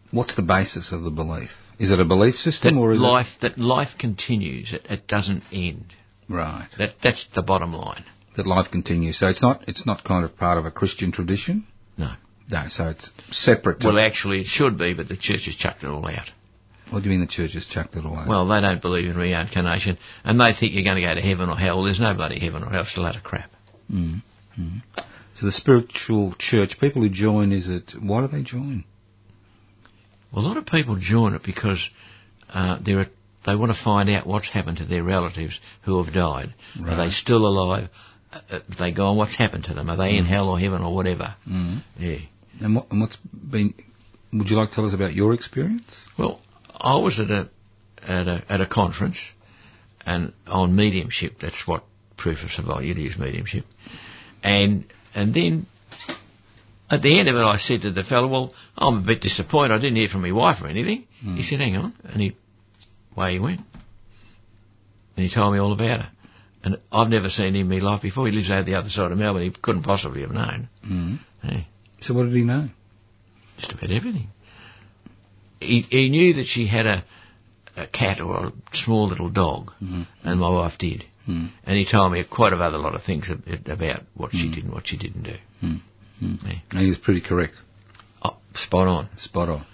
Speaker 1: what's the basis of the belief? Is it a belief
Speaker 2: That
Speaker 1: system, or is
Speaker 2: life that life continues; it, it doesn't end.
Speaker 1: it right
Speaker 2: That that's the bottom line.
Speaker 1: that life continues? So it's not, it's not kind of part of a Christian tradition.
Speaker 2: No.
Speaker 1: No, so it's separate. To,
Speaker 2: Well, actually, it should be, but the church has chucked it all out.
Speaker 1: what do you mean the church has chucked it away?
Speaker 2: Well, they don't believe in reincarnation, and they think you're going to go to heaven or hell. There's no bloody heaven or hell. It's a load of crap.
Speaker 1: mm Mm. So the spiritual church, people who join, is it? Why do they join?
Speaker 2: Well, a lot of people join it because uh, they're, they want to find out what's happened to their relatives who have died. Are
Speaker 1: Right.
Speaker 2: they still alive? Uh, uh, they go on what's happened to them. Are they in hell or heaven or whatever?
Speaker 1: Mm.
Speaker 2: Yeah.
Speaker 1: And, what, and what's been? Would you like to tell us about your experience?
Speaker 2: Well, I was at a at a at a conference, and on mediumship. That's what proof of survival. You use mediumship, and and then at the end of it, I said to the fellow, "Well, I'm a bit disappointed. I didn't hear from my wife or anything." He said, "Hang on," and he away he went, and he told me all about her. And I've never seen him in my life before. He lives over the other side of Melbourne. He couldn't possibly have known. Eh?
Speaker 1: Mm.
Speaker 2: Yeah
Speaker 1: So what did he know?
Speaker 2: just about everything. He, he knew that she had a, a cat or a small little dog,
Speaker 1: Mhm.
Speaker 2: and my wife did.
Speaker 1: Mm.
Speaker 2: And he told me quite a other lot of things ab- about what she did and what she didn't do.
Speaker 1: Mm. Mm.
Speaker 2: Yeah.
Speaker 1: And He was pretty correct,
Speaker 2: Oh, spot on.
Speaker 1: spot on.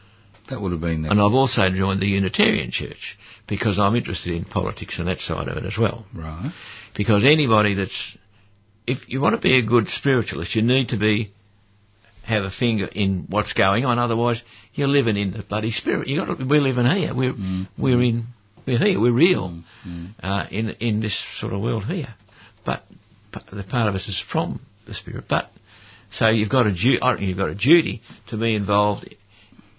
Speaker 1: That would have been.
Speaker 2: And I've also joined the Unitarian Church because I'm interested in politics and that side of it as well.
Speaker 1: right.
Speaker 2: Because anybody that's, if you want to be a good spiritualist, you need to be have a finger in what's going on. Otherwise, you're living in the bloody spirit. You got to, we're living here. We're
Speaker 1: Mm.
Speaker 2: we're in we're here. We're real
Speaker 1: Mm.
Speaker 2: uh, in in this sort of world here. But, but the part of us is from the spirit. But so you've got a du- I reckon you've got a duty to be involved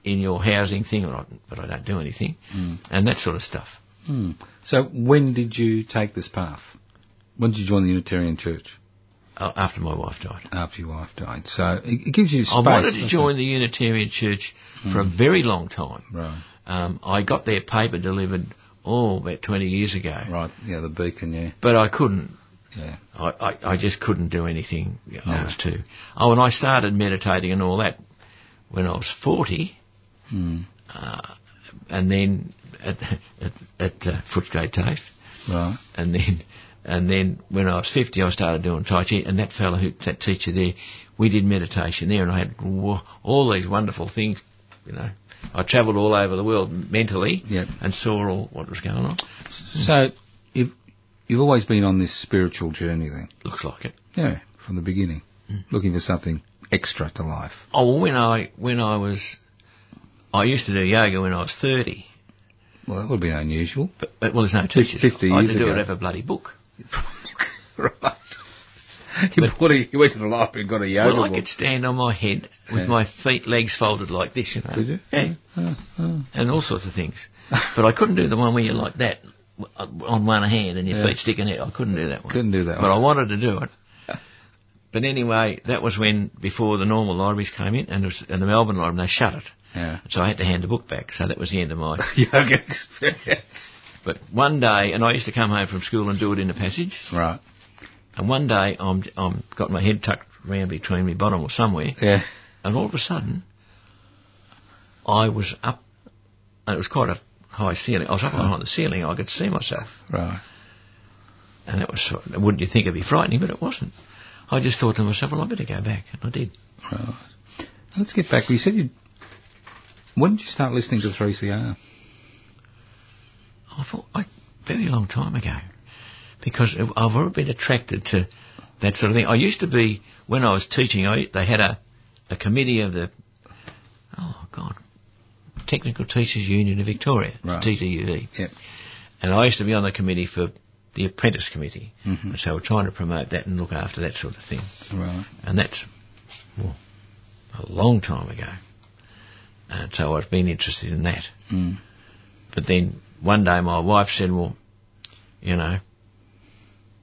Speaker 2: in your housing thing, or I, but I don't do anything,
Speaker 1: Mm.
Speaker 2: and that sort of stuff.
Speaker 1: Mm. So when did you take this path? When did you join the Unitarian Church
Speaker 2: uh, After my wife died.
Speaker 1: after your wife died? So it, it gives you space.
Speaker 2: I wanted to
Speaker 1: doesn't
Speaker 2: join
Speaker 1: it?
Speaker 2: the Unitarian Church for a very long time.
Speaker 1: Right,
Speaker 2: Um, I got their paper delivered, oh, about 20 years ago.
Speaker 1: right. Yeah, the beacon. Yeah,
Speaker 2: But I couldn't.
Speaker 1: yeah.
Speaker 2: I, I, I just couldn't do anything. I
Speaker 1: No.
Speaker 2: was too. Oh, and I started meditating and all that when I was 40.
Speaker 1: Mm.
Speaker 2: Uh, and then at, at, at uh, Footscray TAFE.
Speaker 1: Right.
Speaker 2: And then, and then when I was 50, I started doing Tai Chi. And that fellow, who, that teacher there, we did meditation there. And I had wo- all these wonderful things, you know. I travelled all over the world mentally
Speaker 1: Yep.
Speaker 2: and saw all what was going on.
Speaker 1: So you've you've always been on this spiritual journey then.
Speaker 2: Looks like it.
Speaker 1: Yeah, from the beginning,
Speaker 2: Hmm.
Speaker 1: looking for something extra to life.
Speaker 2: Oh, well, when I when I was, I used to do yoga when I was 30.
Speaker 1: Well, that would be unusual.
Speaker 2: But, but well, there's no teachers.
Speaker 1: 50
Speaker 2: I
Speaker 1: years
Speaker 2: had to do
Speaker 1: ago.
Speaker 2: it over a bloody book.
Speaker 1: right. You, bought a, you went to the library and got a yoga
Speaker 2: well, I
Speaker 1: book.
Speaker 2: could stand on my head with
Speaker 1: Yeah.
Speaker 2: my feet legs folded like this, you know.
Speaker 1: Did you?
Speaker 2: Yeah.
Speaker 1: Oh, oh.
Speaker 2: and all sorts of things. but I couldn't do the one where you're like that w- on one hand and your
Speaker 1: Yeah.
Speaker 2: feet sticking out. I couldn't do that one.
Speaker 1: Couldn't do that
Speaker 2: But
Speaker 1: one.
Speaker 2: I wanted to do it. But anyway, that was when before the normal libraries came in and, it was, and the Melbourne library and they shut it.
Speaker 1: Yeah.
Speaker 2: So I had to hand the book back. So that was the end of my.
Speaker 1: yoga experience.
Speaker 2: but one day, and I used to come home from school and do it in the passage.
Speaker 1: Right.
Speaker 2: And one day, I'm I'm got my head tucked round between my bottom or somewhere,
Speaker 1: Yeah.
Speaker 2: and all of a sudden, I was up, and it was quite a high ceiling. I was up on the ceiling. I could see myself,
Speaker 1: Right.
Speaker 2: and that was. sort of- Wouldn't you think it'd be frightening? But it wasn't. I just thought to myself, well, I better go back, and I did.
Speaker 1: Right. Let's get back. You said you. When did you start listening to 3CR?
Speaker 2: I thought a very long time ago, because I've always been attracted to that sort of thing. I used to be when I was teaching. I, they had a a committee of the oh god, Technical Teachers Union of Victoria,
Speaker 1: Right.
Speaker 2: TTUV,
Speaker 1: Yep.
Speaker 2: and I used to be on the committee for the apprentice committee.
Speaker 1: Mhm.
Speaker 2: And so we're trying to promote that and look after that sort of thing,
Speaker 1: Right.
Speaker 2: and that's well, a long time ago. And so I've been interested in that.
Speaker 1: Mm.
Speaker 2: But then one day my wife said, well, you know,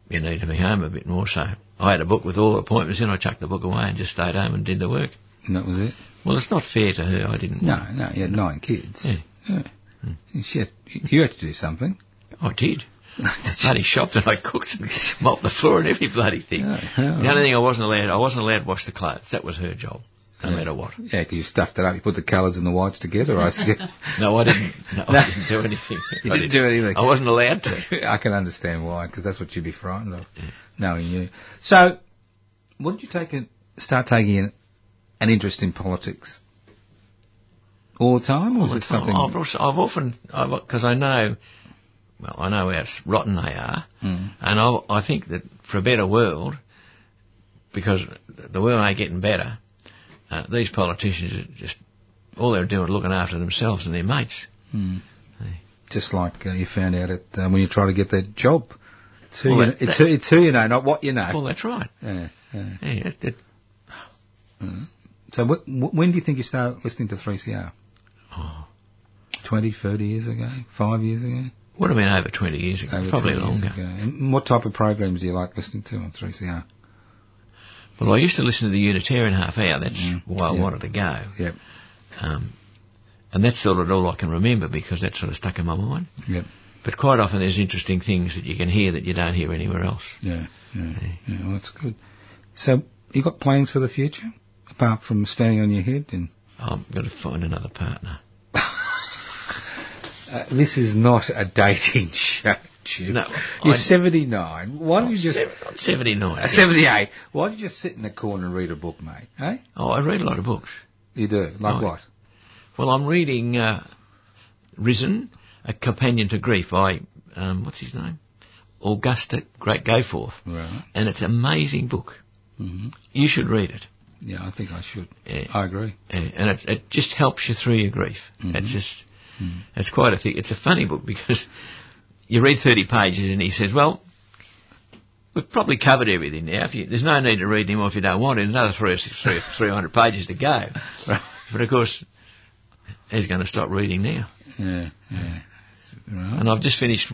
Speaker 2: you need to be home a bit more. So I had a book with all the appointments in. I chucked the book away and just stayed home and did the work.
Speaker 1: And that was it?
Speaker 2: Well, it's not fair to her. I didn't.
Speaker 1: No, no, you had nine kids.
Speaker 2: Yeah. Hmm.
Speaker 1: Yeah. She had- you had to do something.
Speaker 2: I did. I bloody shopped and I cooked and mopped the floor and every bloody thing.
Speaker 1: Yeah, yeah.
Speaker 2: The only thing I wasn't allowed, I wasn't allowed to wash the clothes. That was her job, no
Speaker 1: Yeah.
Speaker 2: matter what.
Speaker 1: Yeah, because you stuffed it up. You put the colours and the whites together. I see.
Speaker 2: No, I didn't. No,
Speaker 1: No.
Speaker 2: I didn't do anything.
Speaker 1: You
Speaker 2: I
Speaker 1: didn't do anything.
Speaker 2: I wasn't allowed to.
Speaker 1: I can understand why, because that's what you'd be frightened of,
Speaker 2: Mm.
Speaker 1: knowing you. So, when did you take a, start taking an, an interest in politics? All the time, or
Speaker 2: all
Speaker 1: was
Speaker 2: the
Speaker 1: it
Speaker 2: time. Oh,
Speaker 1: something?
Speaker 2: I've, also, I've often, because I know, well, I know how rotten they are,
Speaker 1: Mm.
Speaker 2: and I, I think that for a better world, because the world ain't getting better, uh, these politicians are just, all they're doing is looking after themselves and their mates.
Speaker 1: Mm. Just like uh, you found out at, um, when you try to get that job. It's who,
Speaker 2: Well,
Speaker 1: you,
Speaker 2: that-
Speaker 1: it's, who, it's who you know, not what you know.
Speaker 2: Well, that's right.
Speaker 1: yeah, yeah. Mm.
Speaker 2: Yeah, it, it,
Speaker 1: So, wh- wh- when do you think you started listening to 3CR?
Speaker 2: oh,
Speaker 1: 20, 30 years ago? Five years ago?
Speaker 2: would have been over 20 years ago,
Speaker 1: Over
Speaker 2: probably
Speaker 1: 20 years
Speaker 2: longer.
Speaker 1: ago. And what type of programs do you like listening to on 3CR?
Speaker 2: Well, I used to listen to the Unitarian Half Hour, that's
Speaker 1: Mm.
Speaker 2: why I
Speaker 1: Yeah.
Speaker 2: wanted to go.
Speaker 1: Yep,
Speaker 2: Um, and that's sort of all I can remember because that sort of stuck in my mind.
Speaker 1: yep,
Speaker 2: But quite often there's interesting things that you can hear that you don't hear anywhere else.
Speaker 1: yeah, yeah,
Speaker 2: Yeah.
Speaker 1: yeah. Well, that's good. So, you got plans for the future apart from standing on your head? And
Speaker 2: I'm going to find another partner.
Speaker 1: uh, this is not a dating show. Jim.
Speaker 2: No,
Speaker 1: you're
Speaker 2: I- Oh,
Speaker 1: 79. Why don't
Speaker 2: I'm
Speaker 1: you just
Speaker 2: sev- I'm 79.
Speaker 1: uh, 78? Why don't you just sit in the corner and read a book, mate? Eh?
Speaker 2: Oh, I read a lot of books.
Speaker 1: You do. Like
Speaker 2: Right.
Speaker 1: what?
Speaker 2: Well, I'm reading uh, Risen, A Companion to Grief by, um, what's his name? Augusta Great Gayforth.
Speaker 1: Right.
Speaker 2: And it's an amazing book.
Speaker 1: hmm
Speaker 2: You should read it.
Speaker 1: Yeah, I think I should.
Speaker 2: Yeah.
Speaker 1: I agree.
Speaker 2: And Eh, and it, it just helps you through your grief.
Speaker 1: Mhm.
Speaker 2: It's just,
Speaker 1: Mhm.
Speaker 2: it's quite a thing. It's a funny book because you read 30 pages and he says, well, we've probably covered everything now. If you, there's no need to read anymore if you don't want it. There's another three, or six, three, 300 pages to go.
Speaker 1: Right.
Speaker 2: But of course, he's going to stop reading now.
Speaker 1: Yeah, yeah. Right.
Speaker 2: And I've just finished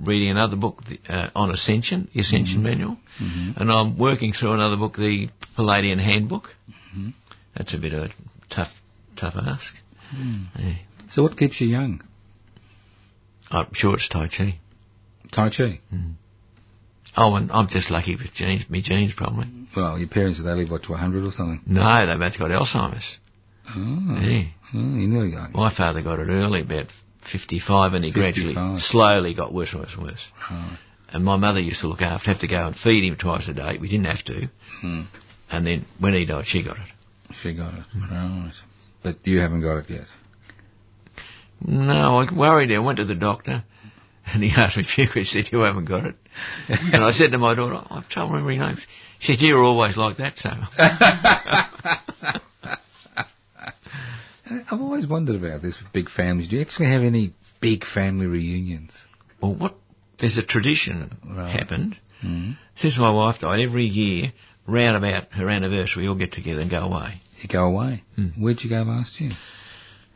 Speaker 2: reading another book the, uh, on Ascension, the Ascension Manual.
Speaker 1: Mhm.
Speaker 2: And I'm working through another book, the Palladian Handbook.
Speaker 1: Mhm.
Speaker 2: That's a bit of a tough, tough ask. Eh.
Speaker 1: Mm.
Speaker 2: Yeah.
Speaker 1: So, what keeps you young?
Speaker 2: I'm sure it's Tai Chi.
Speaker 1: Tai Chi.
Speaker 2: Oh, and I'm just lucky with genes, me genes probably.
Speaker 1: Well, your parents, they live, what, to 100 or something?
Speaker 2: No, they've both got Alzheimer's.
Speaker 1: Oh.
Speaker 2: Yeah.
Speaker 1: Oh, you know you are.
Speaker 2: My father got it early, about 55, and he
Speaker 1: 55.
Speaker 2: gradually, slowly got worse and worse and worse.
Speaker 1: Right.
Speaker 2: And my mother used to look after, have to go and feed him twice a day. We didn't have to.
Speaker 1: Hmm.
Speaker 2: And then when he died, she got it.
Speaker 1: She got it. Right. But you haven't got it yet.
Speaker 2: No, I worried. I went to the doctor, and he asked me a few questions. He said, you haven't got it. and I said to my daughter, I've told her every name. She said, you're always like that, so.
Speaker 1: Uh, I've always wondered about this with big families. Do you actually have any big family reunions?
Speaker 2: well, what, there's a tradition
Speaker 1: Right.
Speaker 2: happened.
Speaker 1: Mm.
Speaker 2: Since my wife died, every year, round about her anniversary, we all get together and go away.
Speaker 1: You go away.
Speaker 2: Mm.
Speaker 1: Where'd you go last year?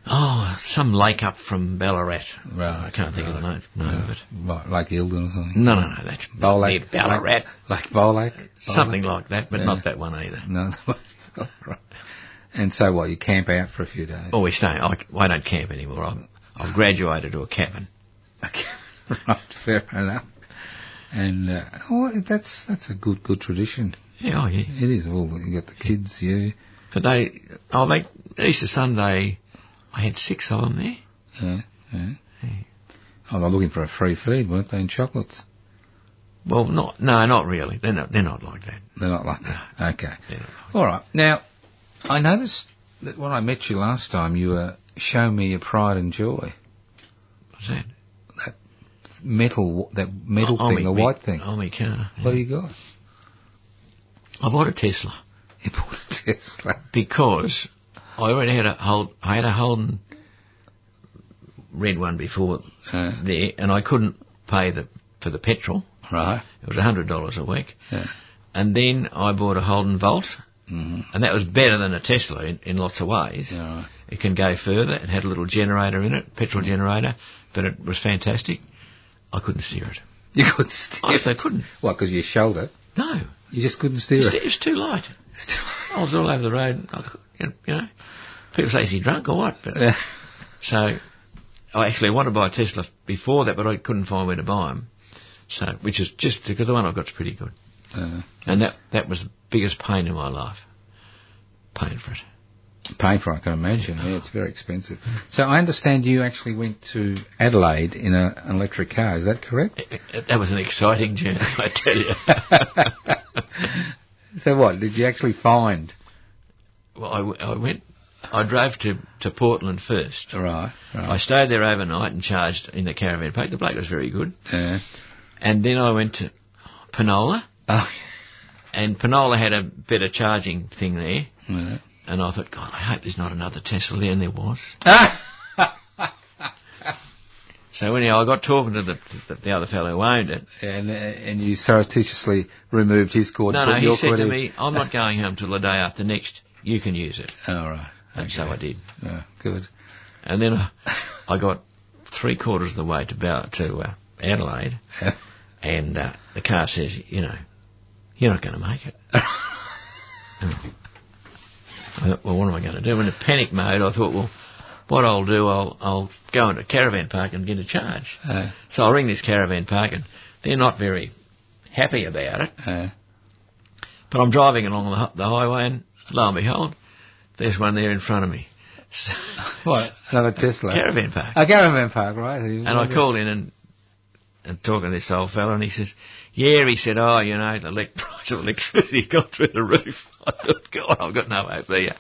Speaker 2: Oh, some lake up from Ballarat.
Speaker 1: Right,
Speaker 2: I can't think of the
Speaker 1: right.
Speaker 2: name. No,
Speaker 1: Uh,
Speaker 2: but
Speaker 1: like, like Eildon or something?
Speaker 2: no, no, no. That's
Speaker 1: Bowl
Speaker 2: near
Speaker 1: Lake?
Speaker 2: Ballarat.
Speaker 1: Like, like Bowl Lake? Bowl
Speaker 2: Hmm. something
Speaker 1: Lake?
Speaker 2: like that, but
Speaker 1: Yeah.
Speaker 2: not that one either.
Speaker 1: No. Right. and so what? You camp out for a few days?
Speaker 2: Oh, we stay. I, I don't camp anymore. I'm, I've graduated to a cabin.
Speaker 1: Okay, right, fair enough. And uh, oh, that's that's a good good tradition.
Speaker 2: Yeah, oh, yeah.
Speaker 1: It is. All you got the kids, you.
Speaker 2: But they, oh, they Easter Sunday. I had six of them there.
Speaker 1: Yeah, yeah.
Speaker 2: Yeah.
Speaker 1: Oh, they're looking for a free feed, weren't they? And chocolates.
Speaker 2: Well, not no, not really. They're not. They're not like that.
Speaker 1: They're not like that. Okay.
Speaker 2: They're not like
Speaker 1: All right. Now, I noticed that when I met you last time, you were show me your pride and joy.
Speaker 2: What's that?
Speaker 1: Metal, that metal
Speaker 2: Oh,
Speaker 1: thing,
Speaker 2: me-
Speaker 1: the
Speaker 2: me-
Speaker 1: white thing.
Speaker 2: Oh, my car.
Speaker 1: What do
Speaker 2: yeah.
Speaker 1: you got?
Speaker 2: I bought a Tesla
Speaker 1: You bought a Tesla.
Speaker 2: because I already had a hold. I had a Holden red one before
Speaker 1: Uh,
Speaker 2: there, and I couldn't pay the for the petrol.
Speaker 1: right.
Speaker 2: It was hundred dollars a week,
Speaker 1: Yeah.
Speaker 2: and then I bought a Holden Volt,
Speaker 1: Mm-hmm.
Speaker 2: and that was better than a Tesla in, in lots of ways.
Speaker 1: Yeah. Mm-hmm.
Speaker 2: It can go further. It had a little generator in it, petrol generator, but it was fantastic. I couldn't steer it.
Speaker 1: You couldn't steer
Speaker 2: Honestly, I couldn't.
Speaker 1: What, because you shoulder?
Speaker 2: No,
Speaker 1: You just couldn't
Speaker 2: it
Speaker 1: steer
Speaker 2: was,
Speaker 1: it.
Speaker 2: it was too light. I was all over the road. I cou- you know- you know, people say is he drunk or what? But
Speaker 1: Yeah.
Speaker 2: so I actually wanted to buy a Tesla before that, but I couldn't find where to buy them. So, which is just because the one I got's pretty good,
Speaker 1: Uh,
Speaker 2: and that that was the biggest pain in my life, paying for it.
Speaker 1: pay for, it, I can imagine. Yeah, it's very expensive. So I understand you actually went to Adelaide in a, an electric car. Is that correct?
Speaker 2: It- it- That was an exciting journey, I tell you.
Speaker 1: So what did you actually find?
Speaker 2: well, I, w- I went, I drove to, to Portland first.
Speaker 1: Right.
Speaker 2: I
Speaker 1: Right.
Speaker 2: stayed there overnight and charged in the caravan park. The bloke was very good.
Speaker 1: Yeah.
Speaker 2: And then I went to Panola,
Speaker 1: Oh.
Speaker 2: and Panola had a better charging thing there.
Speaker 1: yeah.
Speaker 2: And I thought, God, I hope there's not another Tesla there, and there was.
Speaker 1: Ah!
Speaker 2: So anyhow, I got talking to the, the, the other fellow who owned it.
Speaker 1: And and you surreptitiously removed his cord.
Speaker 2: No,
Speaker 1: put
Speaker 2: no, he
Speaker 1: your
Speaker 2: said
Speaker 1: cord
Speaker 2: to
Speaker 1: in.
Speaker 2: me, I'm not going home till the day after next. You can use it.
Speaker 1: All Oh, right.
Speaker 2: And so I did.
Speaker 1: Yeah, good.
Speaker 2: And then I, I got three quarters of the way to, Bal- to uh, Adelaide, and uh, the car says, you know, you're not going to make it. I thought, well, what am I going to do? In a panic mode, I thought, well, what I'll do, I'll, I'll go into a caravan park and get a charge.
Speaker 1: Uh,
Speaker 2: So I ring this caravan park, and they're not very happy about it.
Speaker 1: uh,
Speaker 2: But I'm driving along the, hu- the highway, and lo and behold, there's one there in front of me. So,
Speaker 1: what? Another Tesla.
Speaker 2: Caravan park.
Speaker 1: A caravan park, right? And
Speaker 2: And I called in and, and talking to this old fella, and he says, "Yeah," he said, "Oh, you know, the elect- price of electricity gone through the roof." I thought, God, I've got no hope there.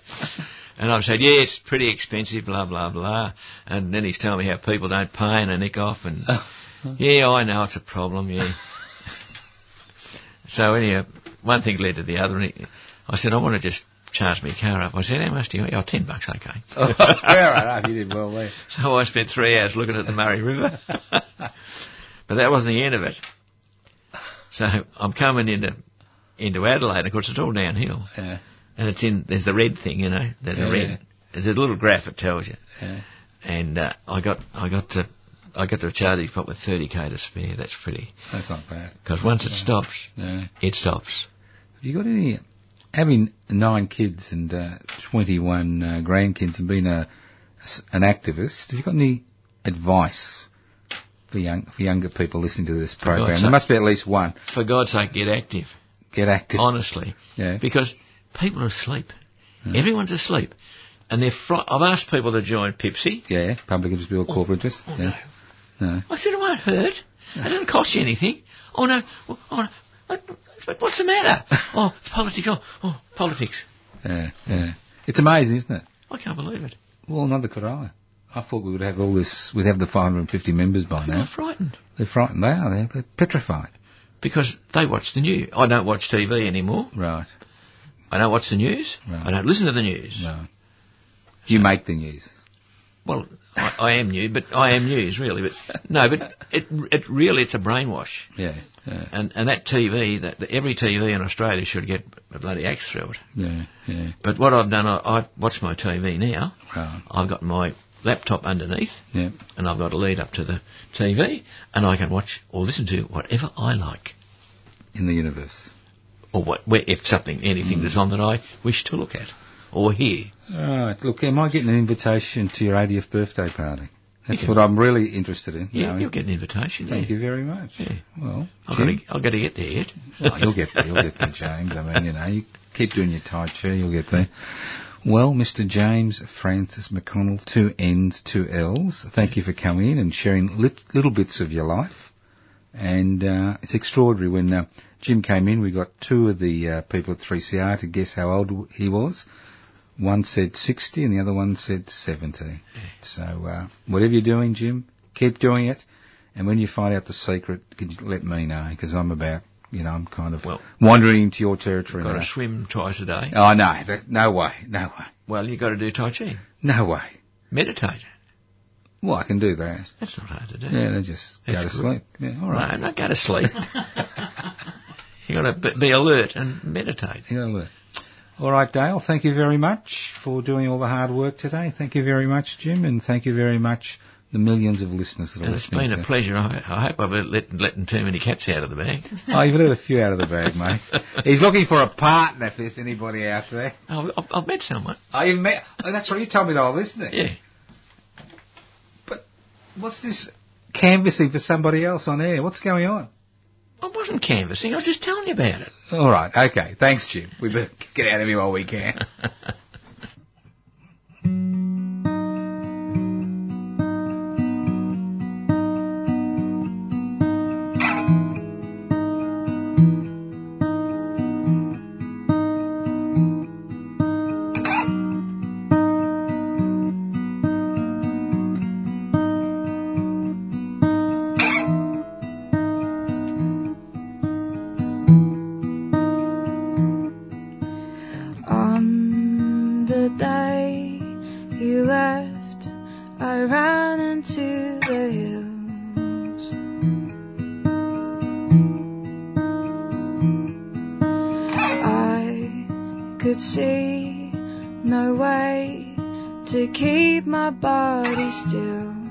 Speaker 2: And I said, "Yeah, it's pretty expensive, blah blah blah." And then he's telling me how people don't pay and they nick off, and yeah, I know it's a problem. Yeah. so anyhow, one thing led to the other, and he, I said, "I want to just." Charge my car up. I said, "How much do you?" Oh, ten bucks, okay.
Speaker 1: Oh, fair enough. You did well there.
Speaker 2: So I spent three hours looking at the Murray River. but that wasn't the end of it. So I'm coming into into Adelaide. Of course, it's all downhill,
Speaker 1: Yeah.
Speaker 2: and it's in there's the red thing, you know. There's
Speaker 1: Yeah,
Speaker 2: a
Speaker 1: yeah.
Speaker 2: red. There's a little graph that tells you.
Speaker 1: Yeah.
Speaker 2: And uh, I got I got to I got to a charging spot with 30k to spare. That's pretty.
Speaker 1: That's not bad.
Speaker 2: Because once it stops,
Speaker 1: Yeah. Have
Speaker 2: it stops.
Speaker 1: you got any? Having nine kids and uh, 21 uh, grandkids and being a, an activist, have you got any advice for young for younger people listening to this
Speaker 2: God's
Speaker 1: program? There
Speaker 2: sake.
Speaker 1: must be at least one.
Speaker 2: For God's sake, get active.
Speaker 1: Get active.
Speaker 2: Honestly,
Speaker 1: Yeah.
Speaker 2: because people are asleep. Everyone's asleep, and they're. Fr- I've asked people to join Pepsi.
Speaker 1: Yeah, public interest bill, corporate interest. yeah. No.
Speaker 2: I said, it won't hurt. It doesn't cost you anything. Oh, no. Oh, no. What- what- What's the matter? Oh, it's politics. Oh, oh, politics.
Speaker 1: Yeah, yeah. It's amazing, isn't it?
Speaker 2: I can't believe it.
Speaker 1: Well, neither could I. I thought we would have all this, we'd have the 550 members by
Speaker 2: I'm
Speaker 1: now.
Speaker 2: frightened
Speaker 1: They're frightened. They are. They're, they're petrified.
Speaker 2: because they watch the news. I don't watch TV anymore.
Speaker 1: Right,
Speaker 2: I don't watch the news.
Speaker 1: Right.
Speaker 2: I don't listen to the news.
Speaker 1: right. You make the news.
Speaker 2: Well, I, I am new, but I am news really. But no, but it it really it's a brainwash.
Speaker 1: Yeah, yeah,
Speaker 2: And and that TV that that every TV in Australia should get a bloody axe through it.
Speaker 1: yeah, yeah.
Speaker 2: But what I've done, I, I watch my TV now.
Speaker 1: Right.
Speaker 2: I've got my laptop underneath.
Speaker 1: Yeah.
Speaker 2: and I've got a lead up to the TV, and I can watch or listen to whatever I like,
Speaker 1: In the universe.
Speaker 2: or what, where, if something,
Speaker 1: Hmm.
Speaker 2: anything that's on that I wish to look at or hear.
Speaker 1: Alright, look, am I getting an invitation to your 80th birthday party? That's
Speaker 2: Yeah.
Speaker 1: what I'm really interested in.
Speaker 2: Yeah,
Speaker 1: knowing.
Speaker 2: you'll get an invitation.
Speaker 1: Thank
Speaker 2: yeah.
Speaker 1: you very much.
Speaker 2: Yeah.
Speaker 1: Well,
Speaker 2: I've got,
Speaker 1: Jim,
Speaker 2: to, I've got to get there yet.
Speaker 1: Oh, you'll get there. You'll get there, James. I mean, you know, you keep doing your Tai Chi, you'll get there. Well, Mr. James Francis McConnell, two N's, two L's, thank you for coming in and sharing lit- little bits of your life. And uh, it's extraordinary. When uh, Jim came in, we got two of the uh, people at 3CR to guess how old he was. One said 60 and the other one said 70. So uh, whatever you're doing, Jim, keep doing it. And when you find out the secret, can you let me know? Because I'm about, you know, I'm kind of
Speaker 2: Well-
Speaker 1: wandering into your territory
Speaker 2: Got
Speaker 1: now.
Speaker 2: to swim twice a day.
Speaker 1: uh, Oh no, that, no way, no way,
Speaker 2: Well, you got to do Tai Chi.
Speaker 1: no way.
Speaker 2: Meditate.
Speaker 1: Well, I can do that.
Speaker 2: That's not hard to do.
Speaker 1: Yeah, then just go
Speaker 2: That's
Speaker 1: to
Speaker 2: good.
Speaker 1: sleep. Yeah, all right.
Speaker 2: No, not go to sleep. you got to be alert and meditate.
Speaker 1: You know, look. All right, Dale. Thank you very much for doing all the hard work today. Thank you very much, Jim, and thank you very much the millions of listeners that are
Speaker 2: And it's
Speaker 1: listening.
Speaker 2: been a
Speaker 1: to-
Speaker 2: pleasure. I, I hope I've let, letting too many cats out of the bag.
Speaker 1: Oh, you've let a few out of the bag, mate. He's looking for a partner. If there's anybody out there,
Speaker 2: Oh, I've, I've met someone.
Speaker 1: oh, you met. Oh, that's right. You told me they were listening.
Speaker 2: Yeah.
Speaker 1: But what's this canvassing for somebody else on air? What's going on?
Speaker 2: I wasn't canvassing. I was just telling you about it.
Speaker 1: All right. Okay. Thanks, Jim. We better get out of here while we can.
Speaker 4: On the day he left, I ran into the hills. I could see no way to keep my body still.